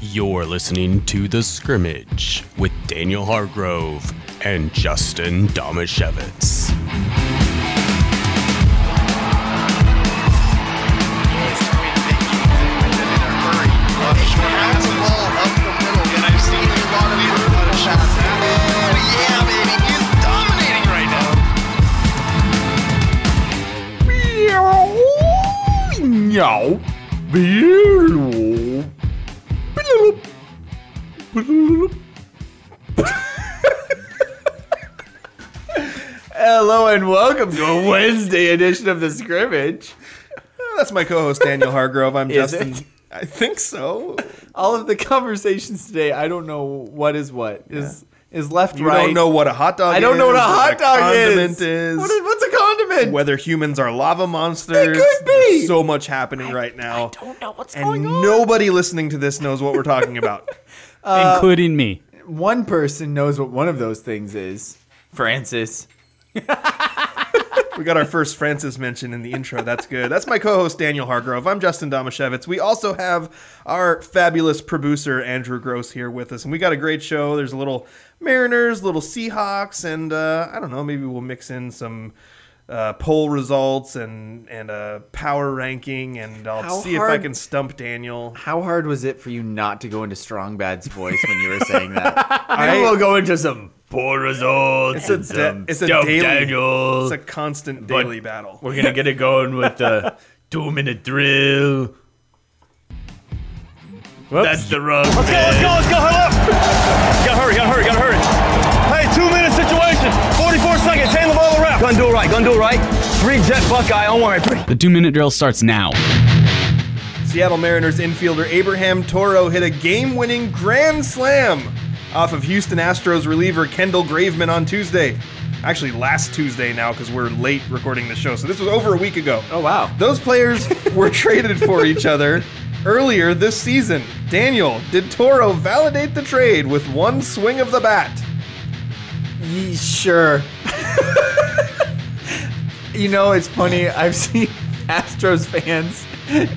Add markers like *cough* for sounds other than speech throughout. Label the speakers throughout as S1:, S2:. S1: You're listening to The Scrimmage with Daniel Hargrove and Justin Domashevitz.
S2: Meow. Meow. Meow. Meow. Hello and welcome to a Wednesday edition of the scrimmage.
S3: That's my co-host Daniel Hargrove. I'm
S2: *laughs* Is
S3: Justin.
S2: it?
S3: I think so.
S2: All of the conversations today, I don't know what is what is is left
S3: You
S2: right.
S3: don't know what a hot dog.
S2: I don't
S3: is,
S2: know what a hot dog
S3: condiment
S2: is.
S3: is.
S2: What is. What's a condiment?
S3: Whether humans are lava monsters.
S2: could be.
S3: There's so much happening right now. I don't know what's going on. Nobody listening to this knows what we're talking about.
S4: including me.
S2: one person knows what one of those things is. Francis.
S3: we got our first Francis mention in the intro. That's good. That's my co-host Daniel Hargrove. I'm Justin Domashevitz. We also have our fabulous producer Andrew Gross here with us, and we got a great show. There's a little Mariners, little Seahawks, and uh, I don't know. Maybe we'll mix in some. Uh, poll results and and a power ranking and I'll
S2: How
S3: see if
S2: hard-
S3: I can stump Daniel.
S2: How hard was it for you not to go into Strong Bad's voice when you were saying that?
S3: I-
S2: go into some
S5: poor results.
S3: it's a
S5: and
S3: da-
S5: some
S3: it's a
S5: dumb
S3: daily
S5: Daniel.
S3: it's a constant daily battle.
S5: *laughs* We're gonna get it going
S2: *laughs*
S5: with the two minute drill.
S4: Whoops.
S5: That's the rub.
S6: Let's go, let's go, let's go, hurry up. Gotta hurry, gotta hurry, gotta hurry. Hey, two minute situation, 44 seconds, hand the ball around. Gun dual right, gun dual right. Three jet Buckeye, on one, three.
S4: The two minute drill starts now.
S3: Seattle Mariners infielder Abraham Toro hit a game winning grand slam off of Houston Astros reliever Kendall Graveman on Tuesday. Actually, last Tuesday now because we're late recording the show. So this was over a week ago.
S2: Oh *laughs* wow.
S3: Those players
S2: *laughs*
S3: were traded for each other earlier this season. Daniel, did Toro validate the trade with one swing of the bat?
S2: Ye- sure. *laughs* you know, it's funny. I've seen Astros fans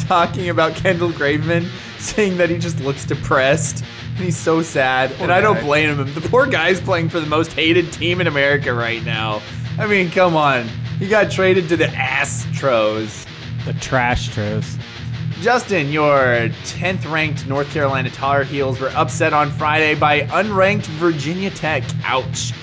S2: talking about Kendall Graveman, saying that he just looks depressed and he's so sad. and I don't
S3: guy.
S2: blame him. The poor guy's playing for the most hated team in America right now. I mean, come on. He got traded to the Astros.
S4: The trash tros.
S2: Justin, your 10th ranked North Carolina Tar Heels were upset on Friday by unranked Virginia Tech. Ouch.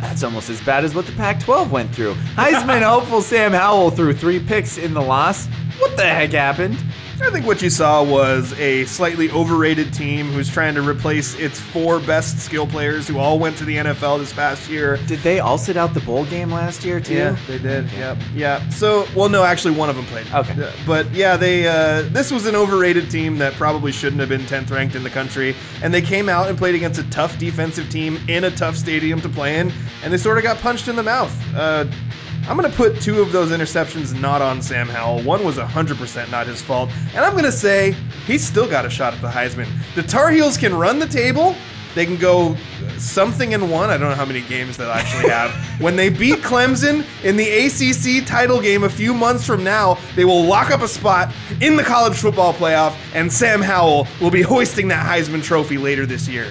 S2: That's almost as bad as what the Pac 12 went through. Heisman hopeful Sam Howell threw three picks in the loss. What the heck happened?
S3: I think what you saw was a slightly overrated team who's trying to replace its four best skill players who all went to the NFL this past year.
S2: Did they all sit out the bowl game last year, too?
S3: Yeah, they did. Yep. Yeah. So, well, no, actually, one of them played.
S2: Okay.
S3: Uh, But yeah, they. Uh, this was an overrated team that probably shouldn't have been tenth ranked in the country, and they came out and played against a tough defensive team in a tough stadium to play in, and they sort of got punched in the mouth. Uh, I'm gonna put two of those interceptions not on Sam Howell. One was 100% not his fault, and I'm gonna say he's still got a shot at the Heisman. The Tar Heels can run the table. They can go something in one. I don't know how many games that I actually have. when they beat Clemson in the ACC title game a few months from now, they will lock up a spot in the college football playoff, and Sam Howell will be *laughs* hoisting that Heisman Trophy later this year.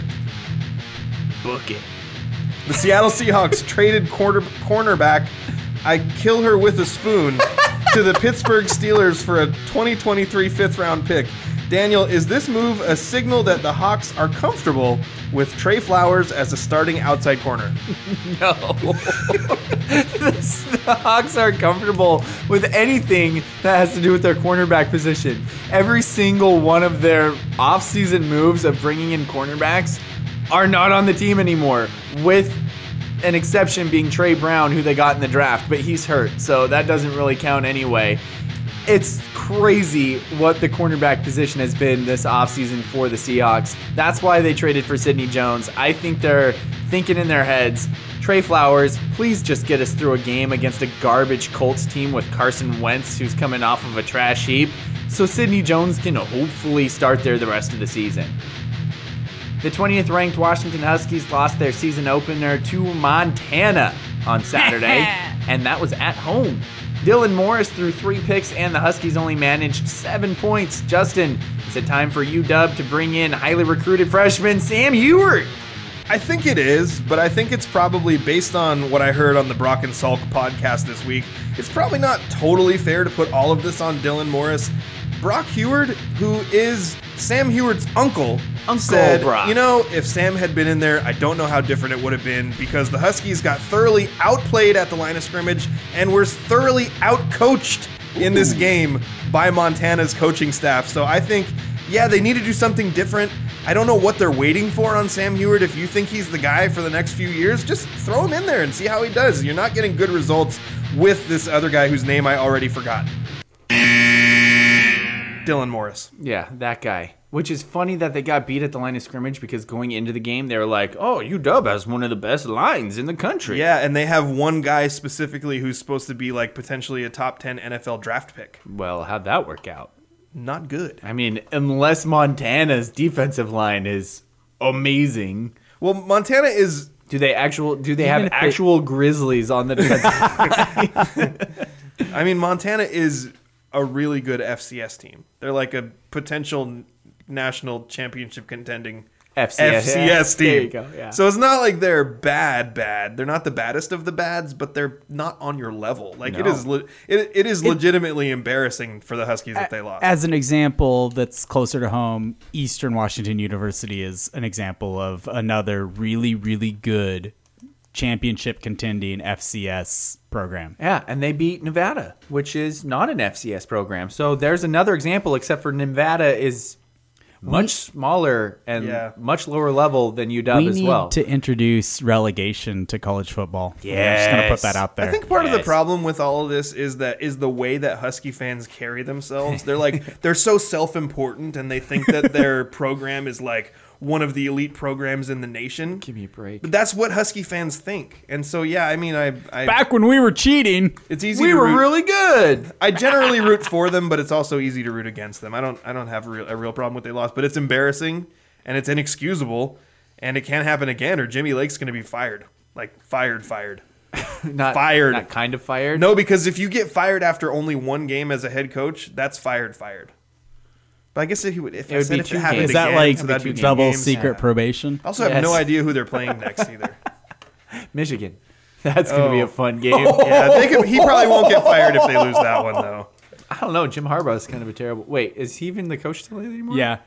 S5: Book it.
S3: The Seattle Seahawks traded quarter, cornerback I Kill Her With a Spoon to the Pittsburgh Steelers for a 2023 fifth round pick. Daniel, is this move a signal that the Hawks are comfortable with Trey Flowers as a starting outside corner?
S2: No. *laughs* the, the Hawks are comfortable with anything that has to do with their cornerback position. Every single one of their offseason moves of bringing in cornerbacks are not on the team anymore, with an exception being Trey Brown, who they got in the draft, but he's hurt, so that doesn't really count anyway. It's crazy what the cornerback position has been this offseason for the Seahawks. That's why they traded for Sidney Jones. I think they're thinking in their heads Trey Flowers, please just get us through a game against a garbage Colts team with Carson Wentz, who's coming off of a trash heap, so Sidney Jones can hopefully start there the rest of the season. The 20th ranked Washington Huskies lost their season opener to Montana on Saturday, and that was at home. Dylan Morris threw three picks, and the Huskies only managed seven points. Justin, is it time for UW to bring in highly recruited freshman Sam Ewert?
S3: I think it is, but I think it's probably based on what I heard on the Brock and Salk podcast this week. It's probably not totally fair to put all of this on Dylan Morris. Brock Heward, who is Sam Heward's uncle,
S2: Uncle
S3: said,
S2: Brock.
S3: "You know, if Sam had been in there, I don't know how different it would have been because the Huskies got thoroughly outplayed at the line of scrimmage and were thoroughly outcoached in this game by Montana's coaching staff. So I think, yeah, they need to do something different. I don't know what they're waiting for on Sam Heward. If you think he's the guy for the next few years, just throw him in there and see how he does. You're not getting good results with this other guy whose name I already forgot. Dylan Morris.
S2: Yeah, that guy. Which is funny that they got beat at the line of scrimmage because going into the game, they were like, oh, UW has one of the best lines in the country.
S3: Yeah, and they have one guy specifically who's supposed to be like potentially a top 10 NFL draft pick.
S2: Well, how'd that work out?
S3: Not good.
S2: I mean, unless Montana's defensive line is amazing.
S3: Well, Montana is
S2: Do they actual? Do they
S4: Even
S2: have
S4: if they-
S2: actual Grizzlies on the *laughs* defensive?
S3: I mean, Montana is a really good FCS team. They're like a potential national championship contending
S2: FCS.
S3: FCS team.
S2: There you go, yeah.
S3: So it's not like they're bad, bad. They're not the baddest of the bads, but they're not on your level. Like it
S2: No.
S3: is, le- it, it is legitimately embarrassing for the Huskies that they lost.
S4: As an example that's closer to home, Eastern Washington University is an example of another really, really good championship contending FCS program.
S2: yeah, and they beat Nevada, which is not an FCS program. So there's another example, except for Nevada is much smaller and
S3: Yeah.
S2: much lower level than UW
S4: we
S2: as
S4: need
S2: well.
S4: to introduce relegation to college football. I'm just gonna
S2: Yes.
S4: put that out there.
S3: I think part of the problem with all of this is that is the way that Husky fans carry themselves. They're
S2: *laughs*
S3: like they're so self-important and they think that their program is like one of the elite programs in the nation. Give
S2: me a break.
S3: But that's what Husky fans think. And so yeah, I mean I, I
S4: back when we were cheating.
S3: it's easy
S2: we
S3: to
S2: were
S3: root.
S2: really good.
S3: I generally root for them, but it's also easy to root against them. I don't I don't have a real, a real problem with they lost, but it's embarrassing and it's inexcusable and it can't happen again or Jimmy Lake's going to be fired. Like fired fired.
S2: *laughs* Not
S3: Fired.
S2: Not kind of fired.
S3: No, because if you get fired after only one game as a head coach, that's fired, fired. But I guess if he would, if
S2: It
S3: I
S2: would
S3: said
S2: be
S3: if
S2: two
S3: it happened
S2: games.
S4: Is that
S3: again,
S4: like
S3: so that'd be two
S4: double
S3: games.
S4: secret
S3: Yeah.
S4: probation?
S3: I also have no
S2: Yes.
S3: idea who they're playing next
S2: *laughs*
S3: either.
S2: Michigan. *laughs* That's gonna
S4: Oh.
S2: be a
S4: *laughs*
S2: fun game.
S3: yeah, they could, he probably won't get fired if they lose that one though.
S2: I don't know. Jim Harbaugh is kind of a terrible. Wait, is he even the coach still anymore?
S4: Yeah,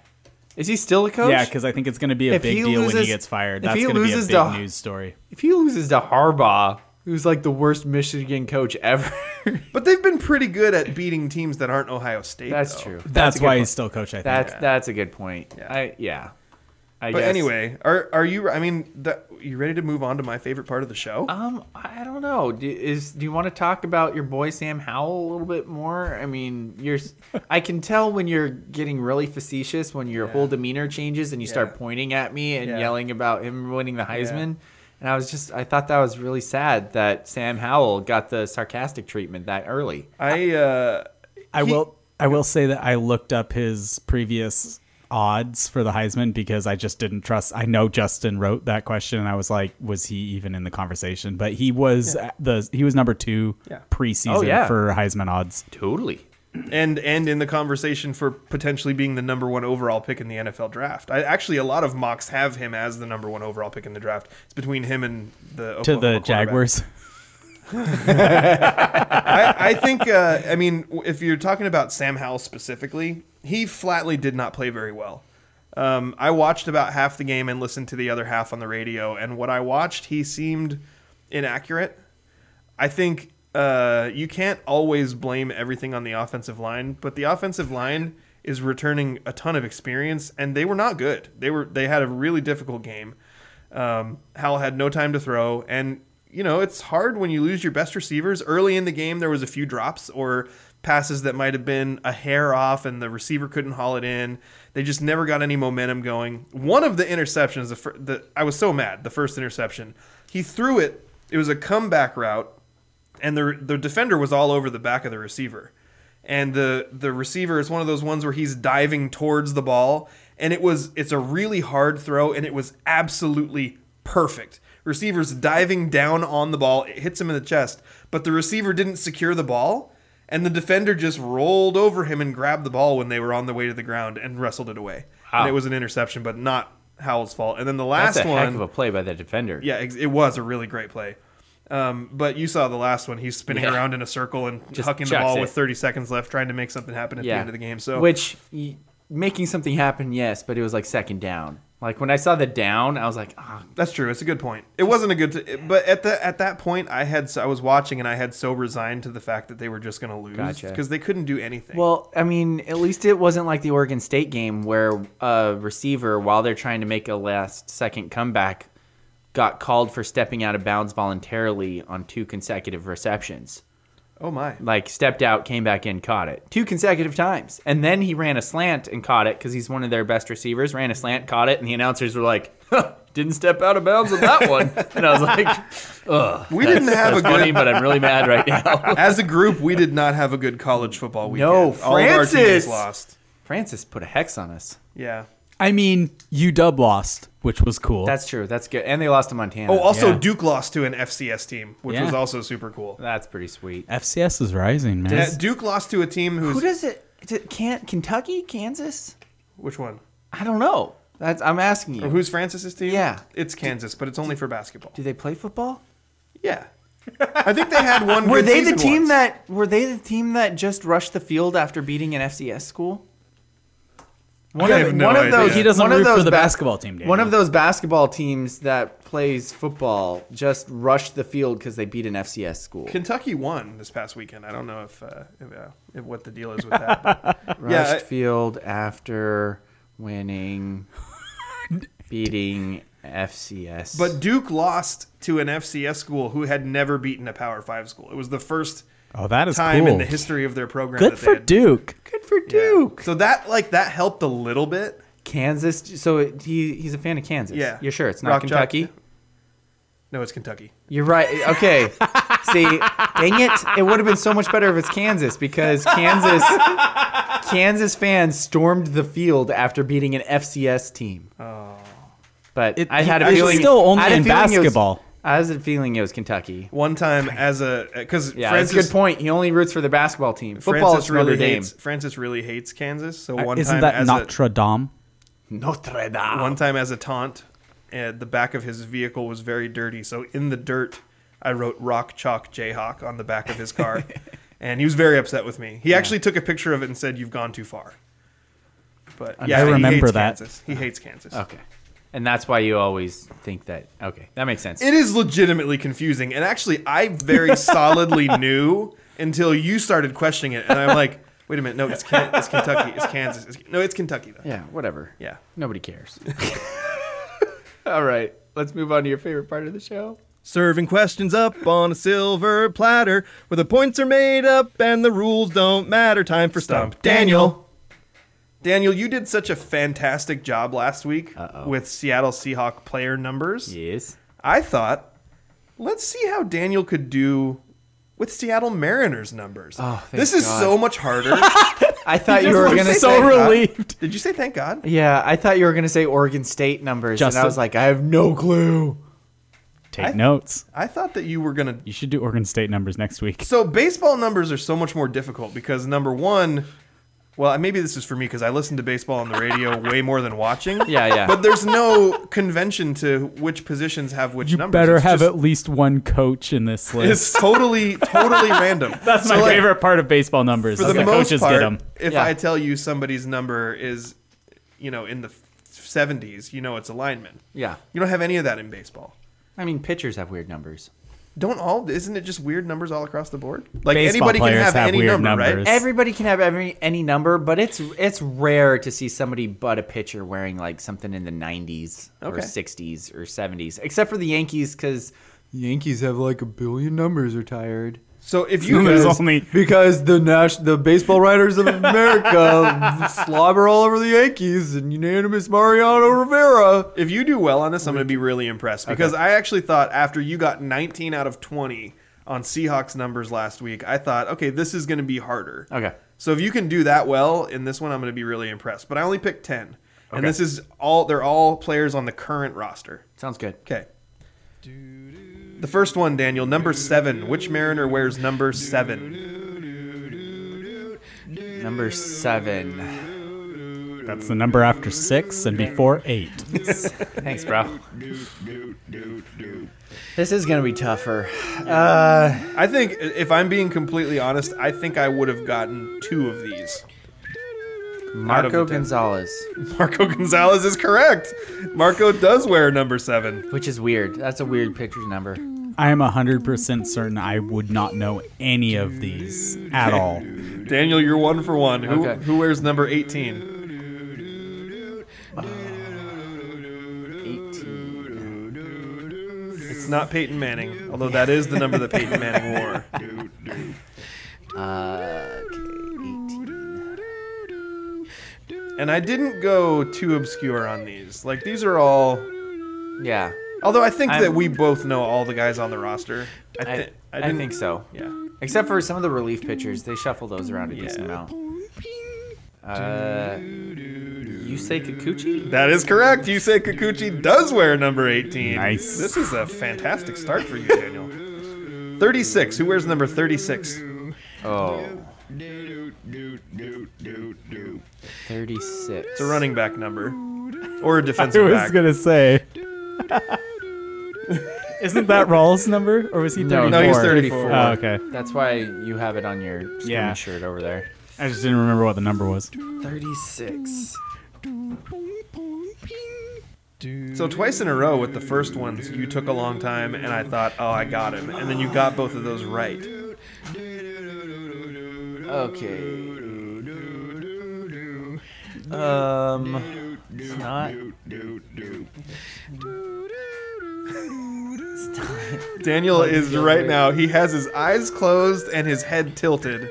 S2: Is he still a coach?
S4: yeah, because I think it's going to be a
S2: If
S4: big
S2: he
S4: deal when
S2: loses-
S4: he gets
S2: if
S4: fired. That's
S2: he
S4: going to be a
S2: loses
S4: big
S2: to-
S4: news story.
S2: if he loses to Harbaugh, who's like the worst Michigan coach ever. *laughs*
S3: But they've been pretty good at beating teams that aren't Ohio State.
S2: Oh. that's
S3: though.
S2: true.
S4: That's,
S2: a good
S4: why
S2: point.
S4: he's still coach. I think.
S2: That's that's a good point.
S3: Yeah.
S2: I yeah. I
S3: But
S2: guess.
S3: anyway, are are you? I mean, that, you ready to move on to my favorite part of the show?
S2: um, I don't know. Do, is do you want to talk about your boy Sam Howell a little bit more? I mean,
S3: *laughs*
S2: you're. s- I can tell when you're getting really facetious when your whole demeanor changes and you
S3: Yeah.
S2: start pointing at me and
S3: Yeah.
S2: yelling about him winning the Heisman. And I was just, I thought that was really sad that Sam Howell got the sarcastic treatment that early.
S3: I uh,
S4: I
S3: He-
S4: will. I will say that I looked up his previous odds for the Heisman because I just didn't trust. I know Justin wrote that question, and I was like, was he even in the conversation? But he was at the he was number two
S3: Yeah.
S4: preseason
S2: Oh, yeah.
S4: for Heisman odds.
S2: Totally.
S3: and and in the conversation for potentially being the number one overall pick in the NFL draft. I actually a lot of mocks have him as the number one overall pick in the draft. It's between him and the
S4: To
S3: Oklahoma
S4: the
S3: quarterback.
S4: Jaguars,
S3: I, I think uh, I mean w- if you're talking about Sam Howell specifically, he flatly did not play very well. Um, I watched about half the game and listened to the other half on the radio, and what I watched, he seemed inaccurate. I think uh, you can't always blame everything on the offensive line, but the offensive line is returning a ton of experience, and they were not good. They were they had a really difficult game. Um, Hal had no time to throw, and you know it's hard when you lose your best receivers early in the game. There was a few drops or passes that might have been a hair off, and the receiver couldn't haul it in. They just never got any momentum going. One of the interceptions, the, fir- the I was so mad. The first interception, he threw it. It was a comeback route and the the defender was all over the back of the receiver. And the the receiver is one of those ones where he's diving towards the ball and it was it's a really hard throw and it was absolutely perfect. Receiver's diving down on the ball. It hits him in the chest, but the receiver didn't secure the ball, and the defender just rolled over him and grabbed the ball when they were on their way to the ground and wrestled it away.
S2: Wow.
S3: And it was an interception, but not Howell's fault. And then the last
S2: That's a
S3: one
S2: heck of a play by that defender.
S3: yeah, ex- it was a really great play. Um, but you saw the last one. He's spinning
S2: Yeah.
S3: around in a circle and
S2: Just
S3: hucking the
S2: chucks
S3: ball
S2: it.
S3: with 30 seconds left, trying to make something happen at the end of the game. So
S2: which y- making something happen, yes, but it was like second down. Like when I saw the down, I was like, ah,
S3: that's true. It's a good point. It wasn't a good, but at the at that point, I had so- I was watching and I had so resigned to the fact that they were just going to lose because
S2: Gotcha.
S3: they couldn't do anything.
S2: Well, I mean, at least it wasn't like the Oregon State game where a receiver, while they're trying to make a last second comeback, got called for stepping out of bounds voluntarily on two consecutive receptions.
S3: oh my,
S2: Like, stepped out, came back in, caught it two consecutive times. And then he ran a slant and caught it because he's one of their best receivers. Ran a slant, caught it, and the announcers were like, huh, didn't step out of bounds on that one. and I was like, ugh.
S3: we didn't have a
S2: That's funny,
S3: good.
S2: but I'm really mad *laughs* right now.
S3: *laughs* As a group, we did not have a good college football weekend.
S2: No,
S3: All of our teams
S2: Francis! Uh,
S3: lost.
S2: Francis put a hex on us.
S3: Yeah.
S4: I mean, U Dub lost, which was cool.
S2: That's true. That's good. And they lost to Montana.
S3: Oh, also
S4: Yeah.
S3: Duke lost to an FCS team, which
S4: Yeah.
S3: was also super cool.
S2: That's pretty sweet.
S4: FCS is rising, man.
S3: Yeah, Duke lost to a team who's
S2: Who does it? it- Can't Kentucky, Kansas?
S3: which one?
S2: I don't know. That's I'm asking
S3: Or
S2: you.
S3: Who's Francis's team?
S2: Yeah.
S3: it's Kansas, but it's only for basketball.
S2: Do they play football?
S3: Yeah, I think they had one.
S2: Uh, *laughs* Were
S3: good
S2: they the
S3: season
S2: team
S3: once.
S2: that were they the team that just rushed the field after beating an FCS school? One
S3: I have no idea. He
S4: doesn't
S2: one of
S4: root for
S2: those
S4: the
S2: bas-
S4: basketball team, Daniel.
S2: One of those basketball teams that plays football just rushed the field because they beat an FCS school.
S3: Kentucky won this past weekend? I don't know if, uh, if, uh, if what the deal is with that. but-
S2: *laughs* rushed
S3: I-
S2: field after winning, *laughs* beating FCS.
S3: but Duke lost to an FCS school who had never beaten a Power Five school. It was the first
S4: oh, that is
S3: time
S4: cool.
S3: in the history of their program.
S4: Good
S3: that
S4: for
S3: they had.
S4: Duke.
S2: good for
S3: Yeah.
S2: Duke.
S3: So that like that helped a little bit.
S2: Kansas. So it- he he's a fan of Kansas.
S3: Yeah.
S2: you're sure it's not
S3: Rock Chalk-
S2: Kentucky.
S3: No, it's Kentucky.
S2: You're right. Okay. See, dang it! It would have been so much better if it's Kansas because Kansas Kansas fans stormed the field after beating an FCS team. Oh. But
S4: It-
S2: I had a
S4: it's
S2: feeling.
S4: still only
S2: I had a
S4: in
S2: feeling it was-
S4: basketball.
S2: I was a feeling it was Kentucky.
S3: One time as a because
S2: Yeah,
S3: Francis
S2: that's a good point. He only roots for the basketball team. Football
S3: Francis
S2: is Notre
S3: really
S2: Dame.
S3: hates Francis really hates Kansas. So one
S4: Isn't
S3: time
S4: that
S3: as a,
S4: Notre Dame?
S2: Notre Dame.
S3: one time as a taunt, and the back of his vehicle was very dirty. So in the dirt, I wrote "Rock Chalk Jayhawk" on the back of his
S4: *laughs*
S3: car, and he was very upset with me. He actually took a picture of it and said, "You've gone too far." But yeah,
S4: remember
S3: he hates
S4: that. Oh.
S3: Kansas. He hates Kansas.
S2: Okay. And that's why you always think that. Okay, that makes sense.
S3: It is legitimately confusing, and actually, I
S4: *laughs*
S3: very solidly knew until you started questioning it, and I'm like, "Wait a minute, no, it's, Ken- it's Kentucky, it's Kansas, it's, no, it's Kentucky though."
S2: yeah, whatever.
S3: Yeah.
S2: Nobody cares. *laughs* All right. Let's move on to your favorite part of the show.
S7: Serving questions up on a silver platter where the points are made up and the rules don't matter. Time for Stump Daniel.
S3: Daniel, you did such a fantastic job last week with Seattle Seahawk player numbers.
S2: Yes.
S3: I thought, let's see how Daniel could do with Seattle Mariners numbers.
S2: Oh, thank
S3: this is
S2: God.
S3: so much harder.
S2: I thought you were
S3: looked
S2: gonna
S3: so
S2: say uh,
S4: relieved.
S3: did you say thank God?
S2: Yeah, I thought you were gonna say Oregon State numbers, and
S4: Justin.
S2: I was like, I have no clue.
S4: Take notes.
S3: I thought that you were going to.
S4: You should do Oregon State numbers next week.
S3: So, baseball numbers are so much more difficult because number one, well, maybe this is for me because I listen to baseball on the
S2: *laughs*
S3: radio way more than watching.
S2: Yeah, yeah.
S3: But there's no convention to which positions have which
S4: You
S3: numbers.
S4: better
S3: It's
S4: have
S3: just-
S4: at least one coach
S3: *laughs*
S4: in this list.
S3: It's totally,
S4: *laughs*
S3: totally random.
S4: That's my favorite part of baseball numbers.
S3: For
S4: is
S3: the most
S4: coaches
S3: part,
S4: get 'em.
S3: if
S2: Yeah.
S3: I tell you somebody's number is, you know, in the f- 70s, you know it's a lineman.
S2: Yeah.
S3: You don't have any of that in baseball.
S2: I mean, pitchers have weird numbers.
S3: Don't all? Isn't it just weird numbers all across the board? Like
S4: Baseball
S3: anybody can
S4: players
S3: have,
S4: have
S3: any
S4: weird
S3: number,
S4: numbers.
S3: right?
S2: Everybody can have every any number, but it's it's rare to see somebody but a pitcher wearing like something in the 90s or
S3: Okay.
S2: 60s or 70s, except for the Yankees because
S8: Yankees have like a billion numbers retired.
S3: So if you
S4: There's
S3: guys,
S4: only
S2: *laughs*
S8: Because the Nash, the baseball writers of America
S2: *laughs*
S8: slobber all over the Yankees and unanimous Mariano Rivera.
S3: if you do well on this, I'm going to be really impressed because I actually thought after you got 19 out of 20 on Seahawks numbers last week, I thought, okay, this is going to be harder.
S2: Okay.
S3: So if you can do that well in this one, I'm going to be really impressed. But I only picked 10. And this is all they're all players on the current roster.
S2: sounds good.
S3: Okay. The first one, Daniel, number seven. Which Mariner wears number seven?
S2: Number seven.
S4: That's the number after six and before eight.
S2: Thanks, bro. This is gonna be tougher. Uh,
S3: I think, if I'm being completely honest, I think I would have gotten two of these.
S2: Marco
S3: ten.
S2: Gonzalez,
S3: Marco Gonzalez is correct. Marco does wear number seven.
S2: which is weird. That's a weird picture number.
S4: *laughs* I am 100% certain I would not know any of these at *laughs* all.
S3: Daniel, you're one for one. Who,
S2: Okay.
S3: who wears number 18?
S2: 18.
S3: It's not Peyton Manning, although that is the number that Peyton Manning wore.
S2: Uh, okay, 18.
S3: And I didn't go too obscure on these. Like, these are all.
S2: Yeah,
S3: Although I think
S2: I'm-
S3: that we both know all the guys on the roster. I,
S2: I,
S3: thi-
S2: I,
S3: didn't-
S2: think so.
S3: Yeah.
S2: Except for some of the relief pitchers, they shuffle those around a decent amount. Uh, you say Kikuchi?
S3: That is correct. You say Kikuchi does wear number 18.
S4: Nice.
S3: This is a fantastic start for you, Daniel. 36. Who wears number 36?
S2: Oh. 36.
S3: It's a running back number. Or a
S4: I
S3: defensive
S4: was
S3: back.
S4: going to say. *laughs* Isn't that Rawls' number? Or was he 34?
S2: No,
S3: no, he's 34.
S2: 34.
S4: Oh, okay.
S2: That's why you have it on your
S4: Yeah.
S2: yeah. shirt over there.
S4: I just didn't remember what the number was.
S2: 36.
S3: So twice in a row with the first ones, you took a long time, and I thought, oh, I got him. And then you got both of those right.
S2: Okay. Um, it's not.
S3: Daniel is right now, he has his eyes closed and his head tilted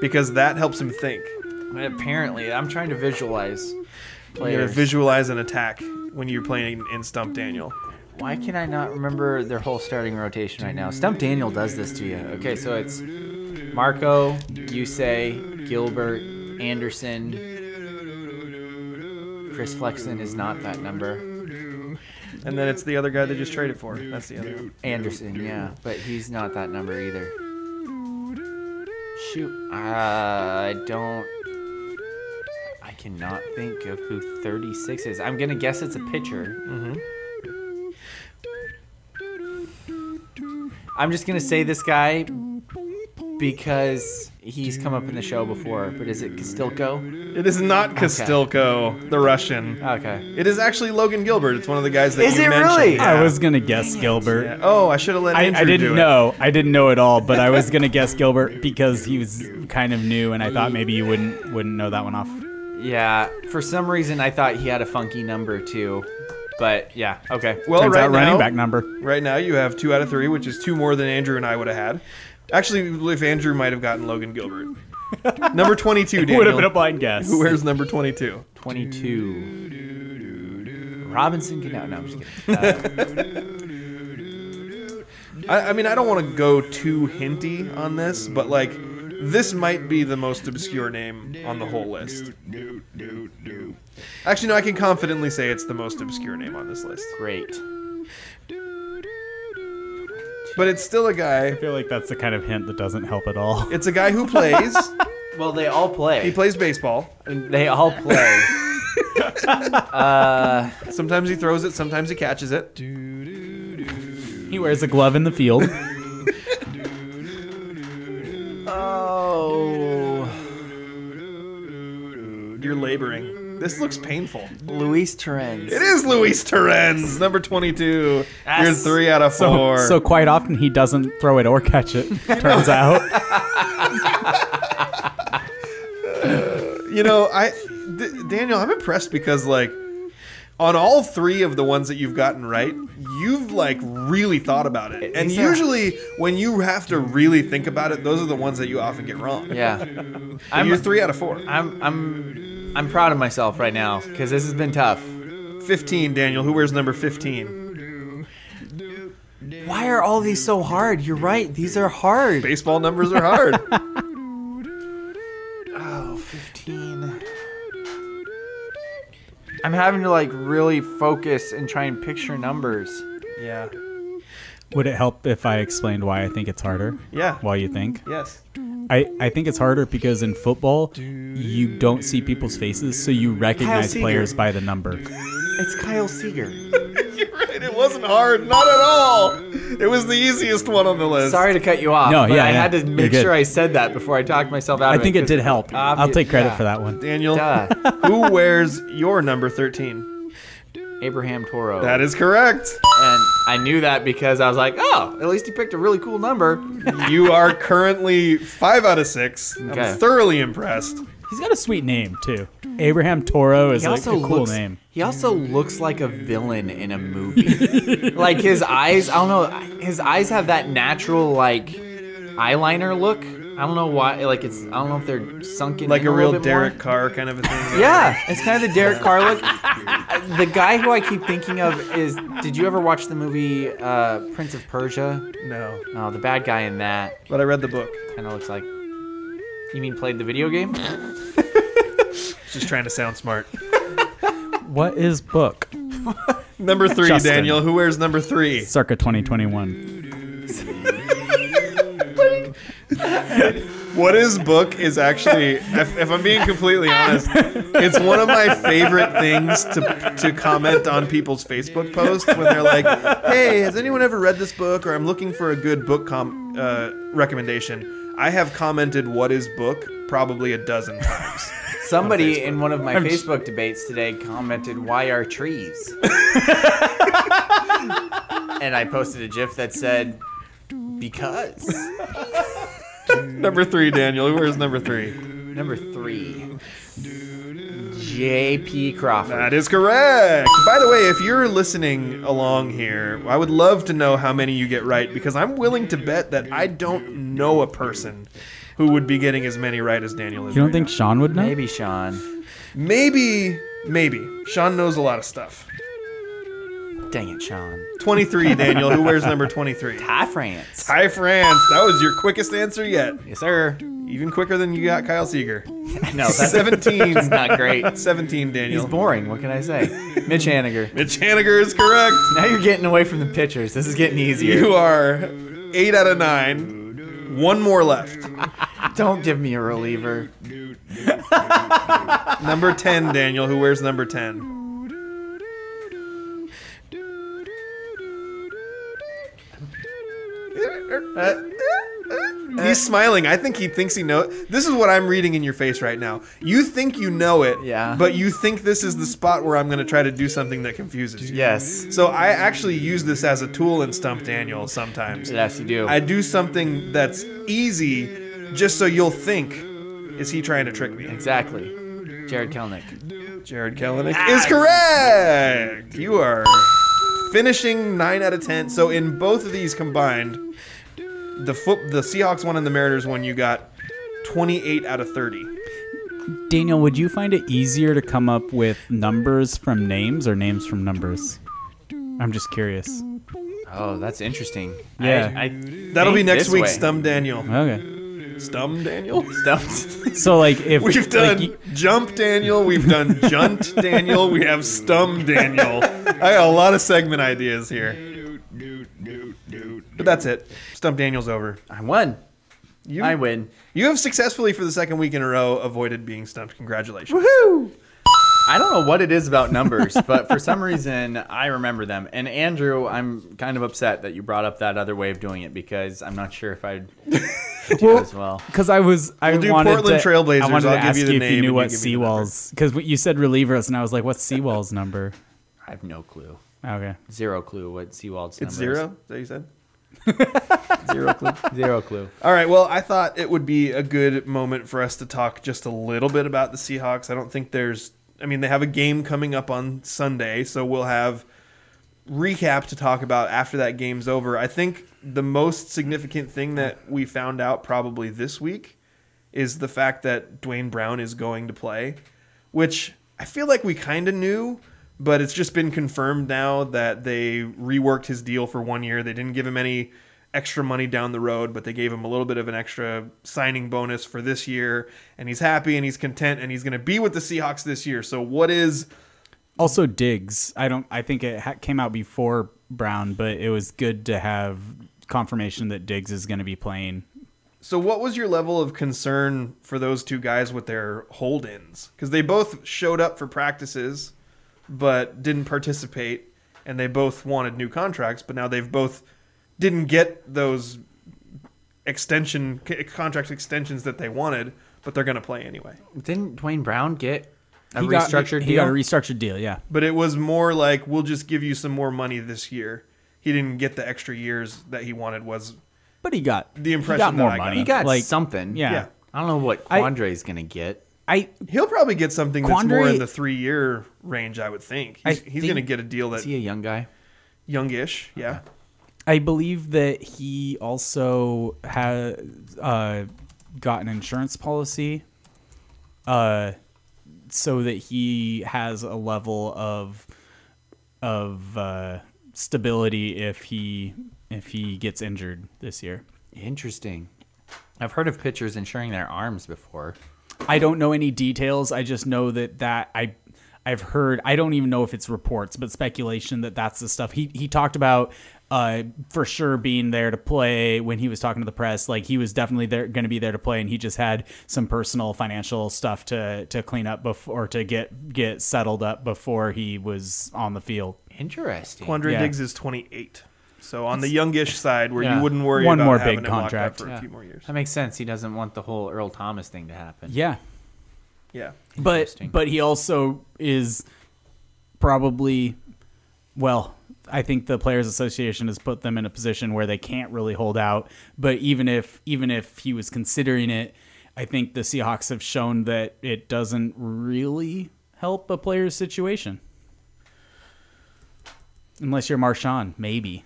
S3: because that helps him think.
S2: Apparently, I'm trying to visualize.
S3: You're
S2: Players.
S3: visualize an attack when you're playing in Stump Daniel.
S2: Why can I not remember their whole starting rotation right now? Stump Daniel does this to you. Okay, so it's Marco, Yusei, Gilbert, Anderson. Chris Flexen is not that number.
S3: And then it's the other guy they just traded for. That's the other one.
S2: Anderson, yeah, but he's not that number either. Shoot, uh, I don't. I cannot think of who 36 is. I'm gonna guess it's a pitcher. Mm-hmm. I'm just gonna say this guy because he's come up in the show before. But is it Castilco?
S3: It is not Kostilko, the Russian.
S2: Okay.
S3: It is actually Logan Gilbert. It's one of the guys that
S2: Is
S3: you
S2: it
S3: mentioned.
S2: really?
S3: Yeah.
S4: I was going to guess Gilbert.
S3: Yeah. Oh, I should have let
S4: I,
S3: Andrew
S4: I
S3: do
S4: didn't
S3: it.
S4: know. I didn't know at all, but
S3: *laughs*
S4: I was gonna guess Gilbert because he was kind of new, and I thought maybe you wouldn't wouldn't know that one off.
S2: Yeah. For some reason, I thought he had a funky number too. But yeah. Okay.
S3: Well,
S4: Turns
S3: right
S4: out
S3: now,
S4: running back number.
S3: right now you have two out of three, which is two more than Andrew and I would have had. Actually, if Andrew might have gotten Logan Gilbert,
S4: *laughs*
S3: number twenty-two.
S4: Would have
S3: Daniel.
S4: been a blind guess.
S3: Who wears number twenty-two?
S2: 22. Robinson Cano. No, I'm just kidding. Uh, *laughs*
S3: I, I mean, I don't want to go too hinty on this, but like, this might be the most obscure name on the whole list. Actually, no, I can confidently say it's the most obscure name on this list.
S2: Great.
S3: But it's still a guy.
S4: I feel like that's the kind of hint that doesn't help at all.
S3: It's a guy who plays.
S2: Well, they all
S3: he
S2: play.
S3: plays baseball.
S2: They all play.
S3: Sometimes he throws it. Sometimes he catches it.
S4: *laughs* He wears a glove in the field.
S2: *laughs* oh,
S3: You're laboring. This looks painful.
S2: Luis Torrens.
S3: It is Luis Torrens, number 22. You're
S2: Yes.
S3: three out of
S4: *laughs* So,
S3: four.
S4: so quite often he doesn't throw it or
S2: *laughs*
S4: catch it. Turns out
S3: you know, I D- Daniel, I'm impressed because like on all three of the ones that you've gotten right, you've like really thought about it. And
S2: Exactly.
S3: usually when you have to really think about it, those are the ones that you often get wrong.
S2: Yeah.
S3: And you're three out of four.
S2: I'm I'm I'm proud of myself right now because this has been tough.
S3: 15, Daniel. Who wears number 15?
S2: Why are all these so hard? You're right. These are hard.
S3: Baseball numbers are hard.
S2: Oh, 15. I'm having to like really focus and try and picture numbers.
S3: *laughs* yeah.
S4: Would it help if I explained why I think it's harder?
S3: Yeah.
S4: Why you think?
S3: Yes.
S4: I, I think it's harder because in football you don't see people's faces, so you recognize
S2: Seager.
S4: players by the number.
S2: It's Kyle Seeger.
S3: *laughs* You're right. It wasn't hard. Not at all. It was the easiest one on the list.
S2: Sorry to cut you off.
S4: No,
S2: but
S4: yeah,
S2: I
S4: yeah.
S2: had to
S4: You're
S2: make
S4: good.
S2: sure I said that before I talked myself out.
S4: I
S2: of
S4: think it did help. I'll
S2: Obvious-
S4: take credit
S2: yeah.
S4: for that one.
S3: Daniel,
S2: Duh.
S3: *laughs* who wears your number 13?
S2: Abraham Toro.
S3: That is correct.
S2: and I knew that because I was like, oh, at least he picked a really cool number.
S3: You are currently five out of six.
S2: Okay.
S3: I'm thoroughly impressed.
S4: He's got a sweet name too. Abraham Toro is
S2: He
S4: like a
S2: also
S4: cool
S2: looks.
S4: name.
S2: He also looks like a villain in
S3: *laughs*
S2: a movie. like his eyes, I don't know. His eyes have that natural like eyeliner look. I don't know why. Like it's, I don't know if they're sunken.
S3: Like
S2: in
S3: a
S2: little
S3: real
S2: bit more.
S3: Derek Carr kind of a thing.
S2: Yeah, it's kind of the Derek Carr look. *laughs* the guy who I keep thinking of is. Did you ever watch the movie uh, Prince of Persia?
S3: No.
S2: Oh, the bad guy in that
S3: But I read the book.
S2: kind of looks like. You mean played the video game?
S3: Just trying to sound smart.
S2: *laughs*
S4: What is book?
S3: Number three,
S4: Justin.
S3: Daniel. Who wears number three?
S4: Circa 2021.
S3: What is book is actually, if, if I'm being completely honest, it's one of my favorite things to, to comment on people's Facebook posts when they're like, "Hey, has anyone ever read this book?" or "I'm looking for a good book com- uh, recommendation." I have commented "What is book?" probably a dozen times.
S2: Somebody in one of my Facebook debates today commented, "Why are trees?" and I posted a GIF that said, "Because."
S3: number three, Daniel. Who wears number three?
S2: Number three, J.P. Crawford.
S3: That is correct. By the way, if you're listening along here, I would love to know how many you get right because I'm willing to bet that I don't know a person who would be getting as many right as Daniel is.
S4: You don't
S3: right
S4: think Sean would know?
S2: Maybe Sean.
S3: now. Maybe, maybe. Sean knows a lot of stuff.
S2: Dang it, Sean.
S3: 23, Daniel. Who wears number 23?
S2: Hi, France.
S3: Hi, France. That was your quickest answer yet.
S2: Yes, sir.
S3: Even quicker than you got Kyle Seeger.
S2: No, that's *laughs*
S3: 17.
S2: not great.
S3: 17, Daniel.
S2: He's boring. What can I say? Mitch Haniger.
S3: Mitch Haniger is correct.
S2: Now you're getting away from the pitchers. This is getting easier.
S3: You are 8 out of 9. One more left.
S2: Don't give me a reliever.
S3: Number 10, Daniel. Who wears number 10?
S2: Uh,
S3: He's smiling. I think he thinks he know. This is what I'm reading in your face right now. You think you know it,
S2: Yeah.
S3: but you think this is the spot where I'm going to try to do something that confuses you.
S2: Yes.
S3: So I actually use this as a tool in Stump Daniel sometimes.
S2: Yes, you do.
S3: I do something that's easy just so you'll think, is he trying to trick me?
S2: exactly. Jared Kelnick.
S3: Jared Kelenic is correct. You are finishing nine out of ten. So in both of these combined, the foot, the Seahawks one and the Mariners one, you got twenty-eight out of thirty.
S4: Daniel, would you find it easier to come up with numbers from names or names from numbers? I'm just curious.
S2: Oh, that's interesting.
S4: Yeah.
S2: I, I
S3: That'll be
S2: think
S3: next
S2: this
S3: week's
S2: way.
S3: Stum Daniel.
S4: Okay.
S3: Stum Daniel.
S2: Stumped.
S4: So like if
S3: *laughs* We've
S4: like,
S3: done
S4: you-
S3: Jump Daniel. We've done Junt Daniel. We have Stum Daniel. I got a lot of segment ideas here. But that's it. Stump Daniel's over.
S2: I won.
S3: You,
S2: I win.
S3: You have successfully, for the second week in a row, avoided being stumped. Congratulations.
S2: I don't know what it is about numbers, but for some reason I remember them. And Andrew, I'm kind of upset that you brought up that other way of doing it because I'm not sure if I'd
S3: *laughs*
S2: do it as well.
S4: Because I was, I
S3: We'll do
S4: wanted
S3: Portland
S4: to,
S3: Trailblazers.
S4: I wanted to
S3: I'll give
S4: ask
S3: you
S4: you,
S3: the
S4: if
S3: name
S4: you knew
S3: and
S4: what
S3: you give me the
S4: Seawall's, because you said relievers, and I was like, what's Seawall's number?
S2: I have no clue.
S4: Okay.
S2: Zero clue what Seawald's number
S3: It's zero. Is that what you said? *laughs*
S2: Zero clue. Zero clue.
S3: All right. Well, I thought it would be a good moment for us to talk just a little bit about the Seahawks. I don't think there's. I mean, they have a game coming up on Sunday, so we'll have recap to talk about after that game's over. I think the most significant thing that we found out probably this week is the fact that Dwayne Brown is going to play, which I feel like we kind of knew, but it's just been confirmed now that they reworked his deal for one year. They didn't give him any extra money down the road, but they gave him a little bit of an extra signing bonus for this year, and he's happy and he's content and he's going to be with the Seahawks this year. So, what is
S4: Also, Diggs. I don't. I think it ha- came out before Brown, but it was good to have confirmation that Diggs is going to be playing.
S3: So, what was your level of concern for those two guys with their hold ins? Because they both showed up for practices, but didn't participate, and they both wanted new contracts, but now they've both didn't get those extension c- contract extensions that they wanted, but they're going to play anyway.
S2: Didn't Dwayne Brown get a
S4: He got-
S2: restructured
S4: He
S2: deal?
S4: got a restructured deal. Yeah.
S3: But it was more like, we'll just give you some more money this year. He didn't get the extra years that he wanted, was
S4: But he got
S3: The
S4: he
S3: impression
S4: got
S3: that
S4: more
S3: I got.
S4: money.
S2: he got
S4: like
S2: something.
S4: Yeah.
S3: Yeah.
S2: I don't know what
S4: I-
S2: Quandre's gonna get.
S4: I
S3: He'll probably get something that's more
S4: Quandary-
S3: in the three year range, I would think.
S4: I
S3: He's, he's
S4: think-
S3: going to get a deal that
S2: Is he a young guy?
S3: youngish, yeah.
S4: I believe that he also had uh, got an insurance policy, uh, so that he has a level of of uh, stability if he if he gets injured this year.
S2: Interesting. I've heard of pitchers insuring their arms before.
S4: I don't know any details. I just know that that I I've heard. I don't even know if it's reports, but speculation that that's the stuff he he talked about. Uh, for sure, being there to play when he was talking to the press, like he was definitely there, going to be there to play, and he just had some personal financial stuff to to clean up before to get get settled up before he was on the field.
S2: Interesting.
S3: Quandre
S4: Yeah.
S3: Diggs is 28. So on the youngish side, where
S2: Yeah.
S3: you wouldn't worry
S4: One
S3: about
S4: more
S3: having
S4: big
S3: him locked up
S4: contract.
S3: for
S2: Yeah.
S3: a few more years.
S2: That makes sense. He doesn't want the whole Earl Thomas thing to happen.
S4: Yeah,
S3: Yeah,
S4: but
S2: Interesting.
S4: but he also is probably well i think the players association has put them in a position where they can't really hold out but even if even if he was considering it i think the seahawks have shown that it doesn't really help a player's situation unless you're Marshawn maybe